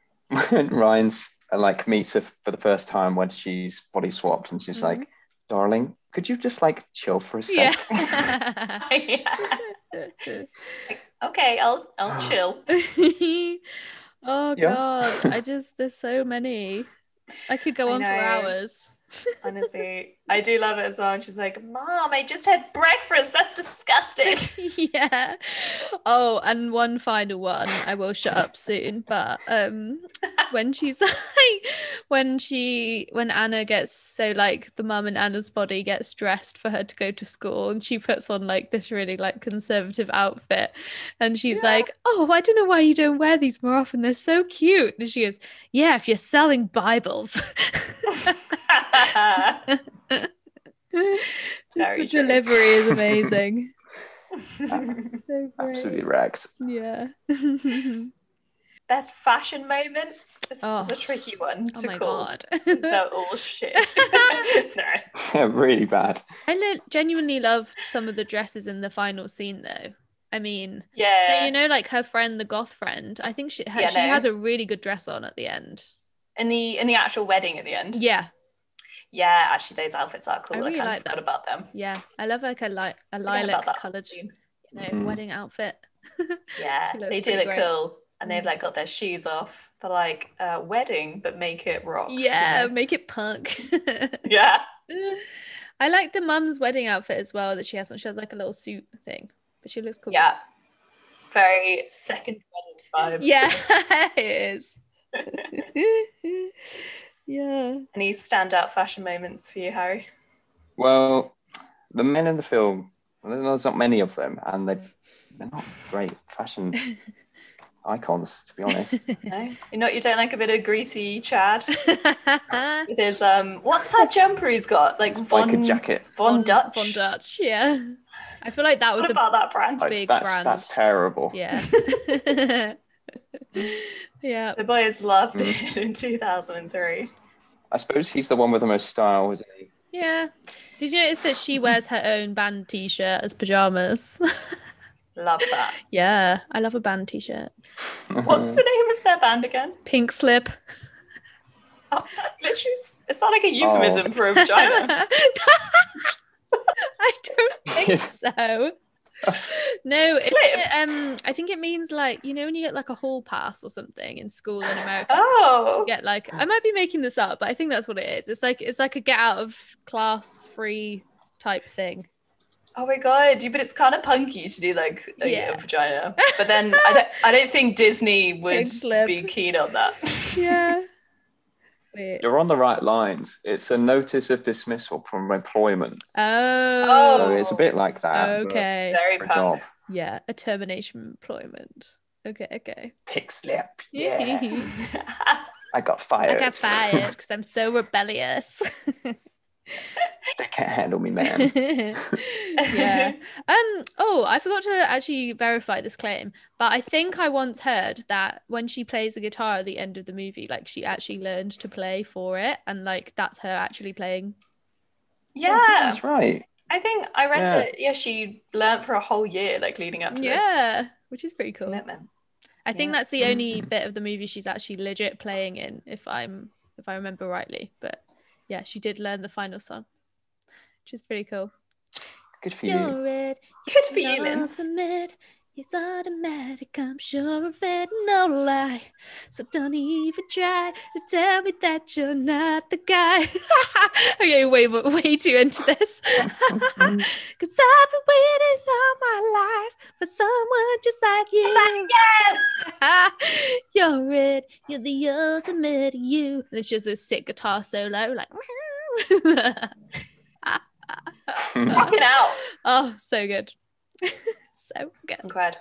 [SPEAKER 4] when Ryan's uh, like meets her for the first time when she's body swapped and she's like, "Darling, could you just like chill for a sec?"
[SPEAKER 3] yeah
[SPEAKER 2] Yeah. Okay, I'll I'll chill.
[SPEAKER 3] oh
[SPEAKER 4] Yeah.
[SPEAKER 3] god i just there's so many i could go
[SPEAKER 2] I
[SPEAKER 3] on for
[SPEAKER 2] know.
[SPEAKER 3] hours
[SPEAKER 2] Honestly, I do love it as well. And she's like, "Mom, I just had breakfast. That's disgusting."
[SPEAKER 3] yeah oh and one final one i will shut up soon but um when she's like when she when anna gets so like the mum and anna's body gets dressed for her to go to school and she puts on like this really like conservative outfit and she's
[SPEAKER 2] Yeah.
[SPEAKER 3] like oh i don't know why you don't wear these more often they're so cute and she goes yeah if you're selling bibles Just
[SPEAKER 2] Very
[SPEAKER 3] the
[SPEAKER 2] true.
[SPEAKER 3] delivery is amazing so great
[SPEAKER 4] Absolutely wrecked.
[SPEAKER 3] yeah
[SPEAKER 2] Best fashion moment. This was
[SPEAKER 3] Oh.
[SPEAKER 2] a tricky one
[SPEAKER 3] Oh
[SPEAKER 2] to
[SPEAKER 3] my
[SPEAKER 2] call.
[SPEAKER 3] god.
[SPEAKER 2] Because they're all shit. no.
[SPEAKER 4] Yeah, really bad.
[SPEAKER 3] I le- genuinely love some of the dresses in the final scene though. I mean,
[SPEAKER 2] Yeah.
[SPEAKER 3] so, you know, like her friend, the goth friend. I think she her,
[SPEAKER 2] Yeah,
[SPEAKER 3] she
[SPEAKER 2] no.
[SPEAKER 3] has a really good dress on at the end.
[SPEAKER 2] in the in the actual wedding at the end.
[SPEAKER 3] Yeah,
[SPEAKER 2] Yeah, actually, those outfits are cool.
[SPEAKER 3] I
[SPEAKER 2] I,
[SPEAKER 3] really
[SPEAKER 2] kind
[SPEAKER 3] like
[SPEAKER 2] of forgot
[SPEAKER 3] that.
[SPEAKER 2] about them.
[SPEAKER 3] yeah. I love like a like a
[SPEAKER 2] Forgot about
[SPEAKER 3] lilac
[SPEAKER 2] that
[SPEAKER 3] coloured, you
[SPEAKER 2] scene.
[SPEAKER 3] know,
[SPEAKER 4] Mhm.
[SPEAKER 3] wedding outfit.
[SPEAKER 2] Yeah,
[SPEAKER 3] She looks
[SPEAKER 2] they do
[SPEAKER 3] pretty
[SPEAKER 2] look
[SPEAKER 3] great.
[SPEAKER 2] cool. And they've
[SPEAKER 3] Mm.
[SPEAKER 2] like got their shoes off. They're like uh, Oh, wedding, but make it rock. you
[SPEAKER 3] yeah,
[SPEAKER 2] know?
[SPEAKER 3] make it punk.
[SPEAKER 2] Yeah.
[SPEAKER 3] I like the mum's wedding outfit as well that she has on. She has like a little suit thing, but she looks cool.
[SPEAKER 2] Yeah. Very second wedding vibes.
[SPEAKER 3] Yeah, it is. yeah.
[SPEAKER 2] Any standout fashion moments for you, Harry?
[SPEAKER 4] Well, the men in the film, there's not many of them, and they they're not great fashion icons, to be honest.
[SPEAKER 2] No? You know, you don't like a bit of greasy Chad with his um. What's that jumper he's got? Like von
[SPEAKER 4] like a jacket.
[SPEAKER 2] von Dutch.
[SPEAKER 3] Von Dutch, yeah. I feel like that was
[SPEAKER 2] What
[SPEAKER 3] a
[SPEAKER 2] about that brand?
[SPEAKER 4] Like,
[SPEAKER 3] big
[SPEAKER 4] that's,
[SPEAKER 3] brand.
[SPEAKER 4] that's terrible.
[SPEAKER 3] yeah. yeah.
[SPEAKER 2] The boys loved
[SPEAKER 4] Mm.
[SPEAKER 2] it in 2003.
[SPEAKER 4] I suppose he's the one with the most style, isn't he?
[SPEAKER 3] Yeah. Did you notice that she wears her own band t-shirt as pajamas?
[SPEAKER 2] Love that.
[SPEAKER 4] Mm.
[SPEAKER 3] yeah, I love a band t-shirt.
[SPEAKER 2] What's the name of their band again?
[SPEAKER 3] Pink slip.
[SPEAKER 2] Oh, that literally, is- it's not like a
[SPEAKER 4] Oh.
[SPEAKER 2] euphemism for a vagina.
[SPEAKER 3] I don't think so. No, it's
[SPEAKER 2] Slip.
[SPEAKER 3] um I think it means like, you know when you get like a hall pass or something in school in America.
[SPEAKER 2] Oh,
[SPEAKER 3] get like I might be making this up, but I think that's what it is. It's like it's like a get out of class free type thing.
[SPEAKER 2] oh my god! You, but it's kind of punky to do like a,
[SPEAKER 3] Yeah.
[SPEAKER 2] a vagina. But then I don't, I don't think Disney
[SPEAKER 3] Big
[SPEAKER 2] would
[SPEAKER 3] slip.
[SPEAKER 2] be keen on that.
[SPEAKER 3] Yeah. Wait.
[SPEAKER 4] You're on the right lines. It's a notice of dismissal from employment.
[SPEAKER 3] Oh.
[SPEAKER 4] So it's a bit like that. but
[SPEAKER 3] okay.
[SPEAKER 2] Very
[SPEAKER 4] for a
[SPEAKER 2] punk.
[SPEAKER 4] job.
[SPEAKER 3] Yeah, a termination of employment. Okay, okay.
[SPEAKER 4] Pick slip. Yeah.
[SPEAKER 2] That's
[SPEAKER 4] I got
[SPEAKER 3] I
[SPEAKER 4] fired.
[SPEAKER 3] got fired because I'm so rebellious.
[SPEAKER 4] they can't handle me, man.
[SPEAKER 3] yeah. Um. Oh, I forgot to actually verify this claim, but I think I once heard that when she plays the guitar at the end of the movie, like she actually learned to play for it, and like that's her actually playing.
[SPEAKER 4] Oh, I think
[SPEAKER 2] yeah.
[SPEAKER 4] That's right.
[SPEAKER 2] I think I read
[SPEAKER 4] Yeah.
[SPEAKER 2] that. Yeah, she learnt for a whole year, like leading up to this
[SPEAKER 3] Yeah, which is pretty cool.
[SPEAKER 2] commitment.
[SPEAKER 3] I think
[SPEAKER 2] yeah.
[SPEAKER 3] that's the only
[SPEAKER 4] Mhm.
[SPEAKER 3] bit of the movie she's actually legit playing in, if I'm if I remember rightly. But yeah, she did learn the final song, which is pretty cool.
[SPEAKER 4] Good for you.
[SPEAKER 3] You're it,
[SPEAKER 2] Good for you,
[SPEAKER 3] feelings.
[SPEAKER 2] Lindsay.
[SPEAKER 3] Ultimate. It's automatic, I'm sure of it, no lie. So don't even try to tell me that you're not the guy. okay, way, mo- way too into this. Because I've been waiting all my life for someone just like you. you're it, you're the ultimate you. And it's just this sick guitar solo, like.
[SPEAKER 2] Fucking out.
[SPEAKER 3] Oh, so good. so good.
[SPEAKER 2] I'm glad.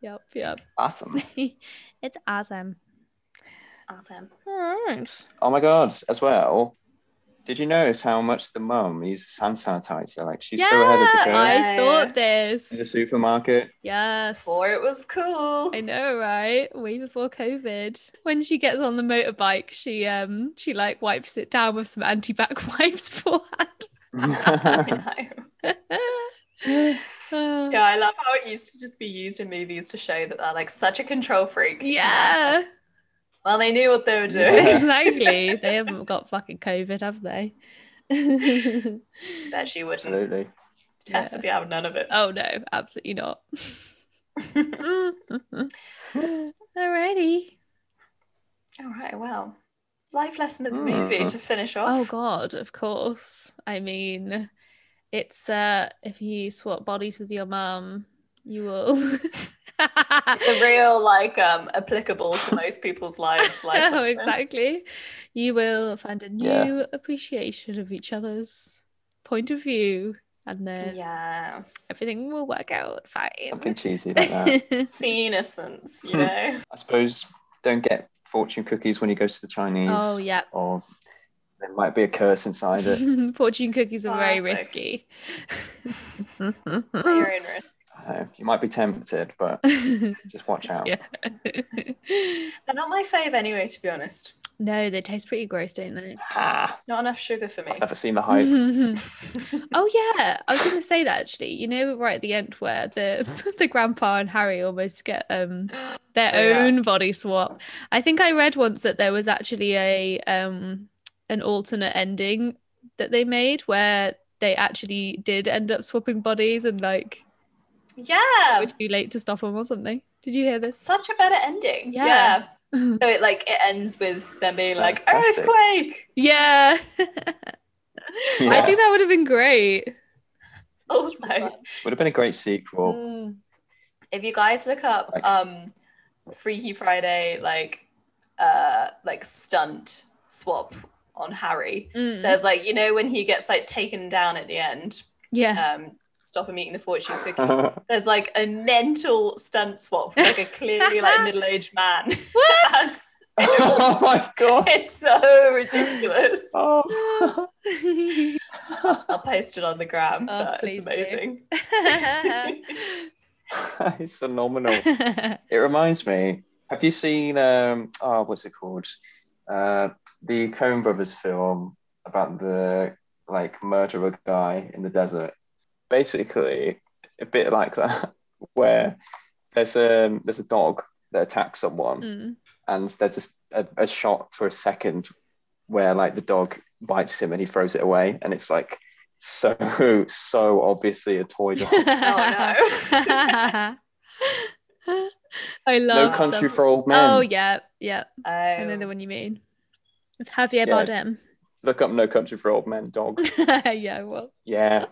[SPEAKER 3] Yep, yep.
[SPEAKER 4] awesome.
[SPEAKER 3] it's awesome.
[SPEAKER 2] Awesome.
[SPEAKER 4] Oh my god, as well. Did you notice how much the mum uses hand sanitizer? Like she's
[SPEAKER 3] yeah,
[SPEAKER 4] so ahead of the curve
[SPEAKER 3] I thought
[SPEAKER 4] in the
[SPEAKER 3] this.
[SPEAKER 4] supermarket.
[SPEAKER 3] Yes.
[SPEAKER 2] Before it was cool.
[SPEAKER 3] I know, right? Way before COVID. When she gets on the motorbike, she um she like wipes it down with some anti-back wipes beforehand.
[SPEAKER 2] I know.
[SPEAKER 3] Oh,
[SPEAKER 2] Yeah, I love how it used to just be used in movies to show that they're like such a control freak. You know, it's like,
[SPEAKER 3] yeah.
[SPEAKER 2] well, they knew what they were doing.
[SPEAKER 4] Yeah.
[SPEAKER 3] exactly. They haven't got fucking COVID, have they?
[SPEAKER 2] Bet she wouldn't.
[SPEAKER 4] Absolutely.
[SPEAKER 2] Tess would be having none of it.
[SPEAKER 3] Oh no, absolutely not. Mm-hmm. Alrighty.
[SPEAKER 2] All right. Well, life lesson of the
[SPEAKER 4] Mm.
[SPEAKER 2] movie to finish off.
[SPEAKER 3] Oh god, of course. I mean, it's that if you swap bodies with your mum, you will.
[SPEAKER 2] It's the real like um applicable to most people's lives. Like
[SPEAKER 3] oh, exactly. You will find a new
[SPEAKER 4] Yeah.
[SPEAKER 3] appreciation of each other's point of view, and then
[SPEAKER 2] Yes.
[SPEAKER 3] everything will work out fine.
[SPEAKER 4] Something cheesy like that.
[SPEAKER 2] See innocence, you know.
[SPEAKER 4] I suppose don't get fortune cookies when you go to the Chinese.
[SPEAKER 3] oh yeah.
[SPEAKER 4] Or there might be a curse inside it.
[SPEAKER 3] Fortune cookies are very
[SPEAKER 2] Classic.
[SPEAKER 3] risky.
[SPEAKER 2] At your own risk.
[SPEAKER 4] I don't know, you might be tempted, but just watch out.
[SPEAKER 3] yeah.
[SPEAKER 2] They're not my fave anyway, to be honest.
[SPEAKER 3] no, they taste pretty gross, don't they?
[SPEAKER 4] Ah,
[SPEAKER 2] Not enough sugar for me.
[SPEAKER 4] I've never seen the
[SPEAKER 3] oh
[SPEAKER 4] hype.
[SPEAKER 3] yeah, Oh, I was going to say that actually. You know, right at the end where the the grandpa and Harry almost get um their
[SPEAKER 2] Oh, yeah.
[SPEAKER 3] own body swap. I think I read once that there was actually a um an alternate ending that they made where they actually did end up swapping bodies and like
[SPEAKER 2] Yeah.
[SPEAKER 3] were too late to stop them or something. Did you hear this?
[SPEAKER 2] Such a better ending.
[SPEAKER 3] Yeah.
[SPEAKER 2] So it like it ends with them being like
[SPEAKER 4] Fantastic.
[SPEAKER 2] earthquake.
[SPEAKER 3] yeah. I think that would have been great.
[SPEAKER 2] Also,
[SPEAKER 4] Would have been a great sequel.
[SPEAKER 3] Mm.
[SPEAKER 2] if you guys look up
[SPEAKER 4] Like-
[SPEAKER 2] um Freaky Friday like uh like stunt swap on Harry,
[SPEAKER 3] Mm.
[SPEAKER 2] there's like you know when he gets like taken down at the end,
[SPEAKER 3] Yeah.
[SPEAKER 2] um stop him eating the fortune cookie.
[SPEAKER 3] Mm.
[SPEAKER 2] There's like a mental stunt swap, with, like a clearly like middle-aged man.
[SPEAKER 3] What?
[SPEAKER 2] As-
[SPEAKER 4] oh my god.
[SPEAKER 2] it's so ridiculous.
[SPEAKER 4] Oh.
[SPEAKER 2] I'll post it on the gram.
[SPEAKER 3] Oh,
[SPEAKER 2] but it's
[SPEAKER 3] please do.
[SPEAKER 2] amazing.
[SPEAKER 4] it's phenomenal. It reminds me. Have you seen um oh what's it called? Uh the Coen Brothers film about the like murderer guy in the desert. Basically a bit like that, where there's um there's a dog that attacks someone
[SPEAKER 3] Mm.
[SPEAKER 4] and there's just a, a shot for a second where like the dog bites him and he throws it away and it's like so so obviously a toy dog.
[SPEAKER 2] Oh,
[SPEAKER 3] I
[SPEAKER 4] no
[SPEAKER 3] love
[SPEAKER 4] country
[SPEAKER 3] stuff-
[SPEAKER 4] for old men.
[SPEAKER 3] Oh yeah, yeah.
[SPEAKER 2] Oh,
[SPEAKER 3] I know the one you mean. With Javier
[SPEAKER 4] Yeah.
[SPEAKER 3] Bardem.
[SPEAKER 4] Look up No Country for Old Men dog.
[SPEAKER 3] yeah, I will.
[SPEAKER 4] Yeah.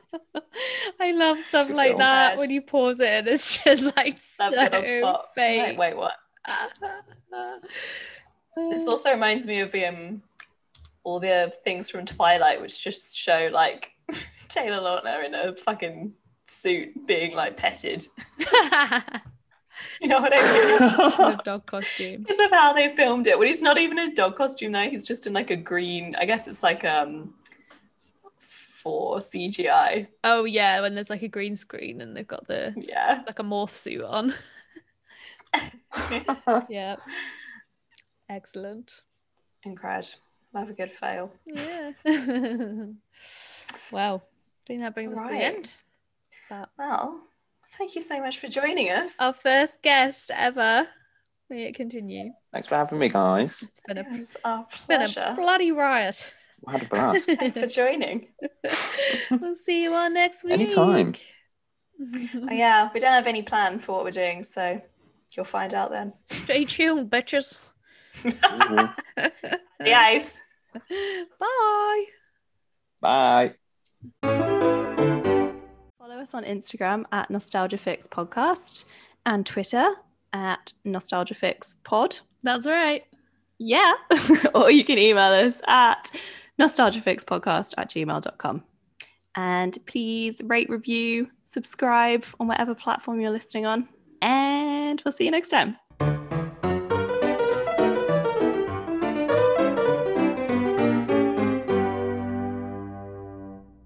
[SPEAKER 3] I love stuff
[SPEAKER 4] Good
[SPEAKER 3] like
[SPEAKER 4] film.
[SPEAKER 3] that
[SPEAKER 2] Bad.
[SPEAKER 3] when you pause it and it's just like
[SPEAKER 2] I've got on
[SPEAKER 3] so
[SPEAKER 2] spot. Wait,
[SPEAKER 3] fake. Ah.
[SPEAKER 2] wait, what? This also reminds me of um, all the things from Twilight, which just show like Taylor Lautner in a fucking suit being like petted. You know what I mean?
[SPEAKER 3] In a dog costume.
[SPEAKER 2] Because of how they filmed it. Well, he's not even in a dog costume though. He's just in like a green. I guess it's like um, for CGI.
[SPEAKER 3] Oh yeah, when there's like a green screen and they've got the
[SPEAKER 2] Yeah.
[SPEAKER 3] like a morph suit on. yeah. Excellent.
[SPEAKER 2] Incredible. Love a good fail.
[SPEAKER 3] Yeah. well, I think that brings us to the
[SPEAKER 2] Right.
[SPEAKER 3] end. But
[SPEAKER 2] Well, thank you so much for joining us.
[SPEAKER 3] our first guest ever. May it continue.
[SPEAKER 4] Thanks for having me, guys.
[SPEAKER 3] It's been a,
[SPEAKER 2] It was our
[SPEAKER 3] been a
[SPEAKER 2] pleasure.
[SPEAKER 3] bloody riot.
[SPEAKER 4] I had a blast.
[SPEAKER 2] Thanks for joining.
[SPEAKER 3] we'll see you all next week.
[SPEAKER 4] Anytime.
[SPEAKER 2] Oh, yeah, we don't have any plan for what we're doing, so you'll find out then.
[SPEAKER 3] Stay tuned, bitches.
[SPEAKER 4] Mhm.
[SPEAKER 3] Uh,
[SPEAKER 2] The ice.
[SPEAKER 3] Bye.
[SPEAKER 4] Bye.
[SPEAKER 1] Follow us on Instagram at NostalgiaFix Podcast and Twitter at NostalgiaFix Pod.
[SPEAKER 3] That's right.
[SPEAKER 1] Yeah. or you can email us at nostalgiafixpodcast at gmail.com. And please rate, review, subscribe on whatever platform you're listening on. And we'll see you next time.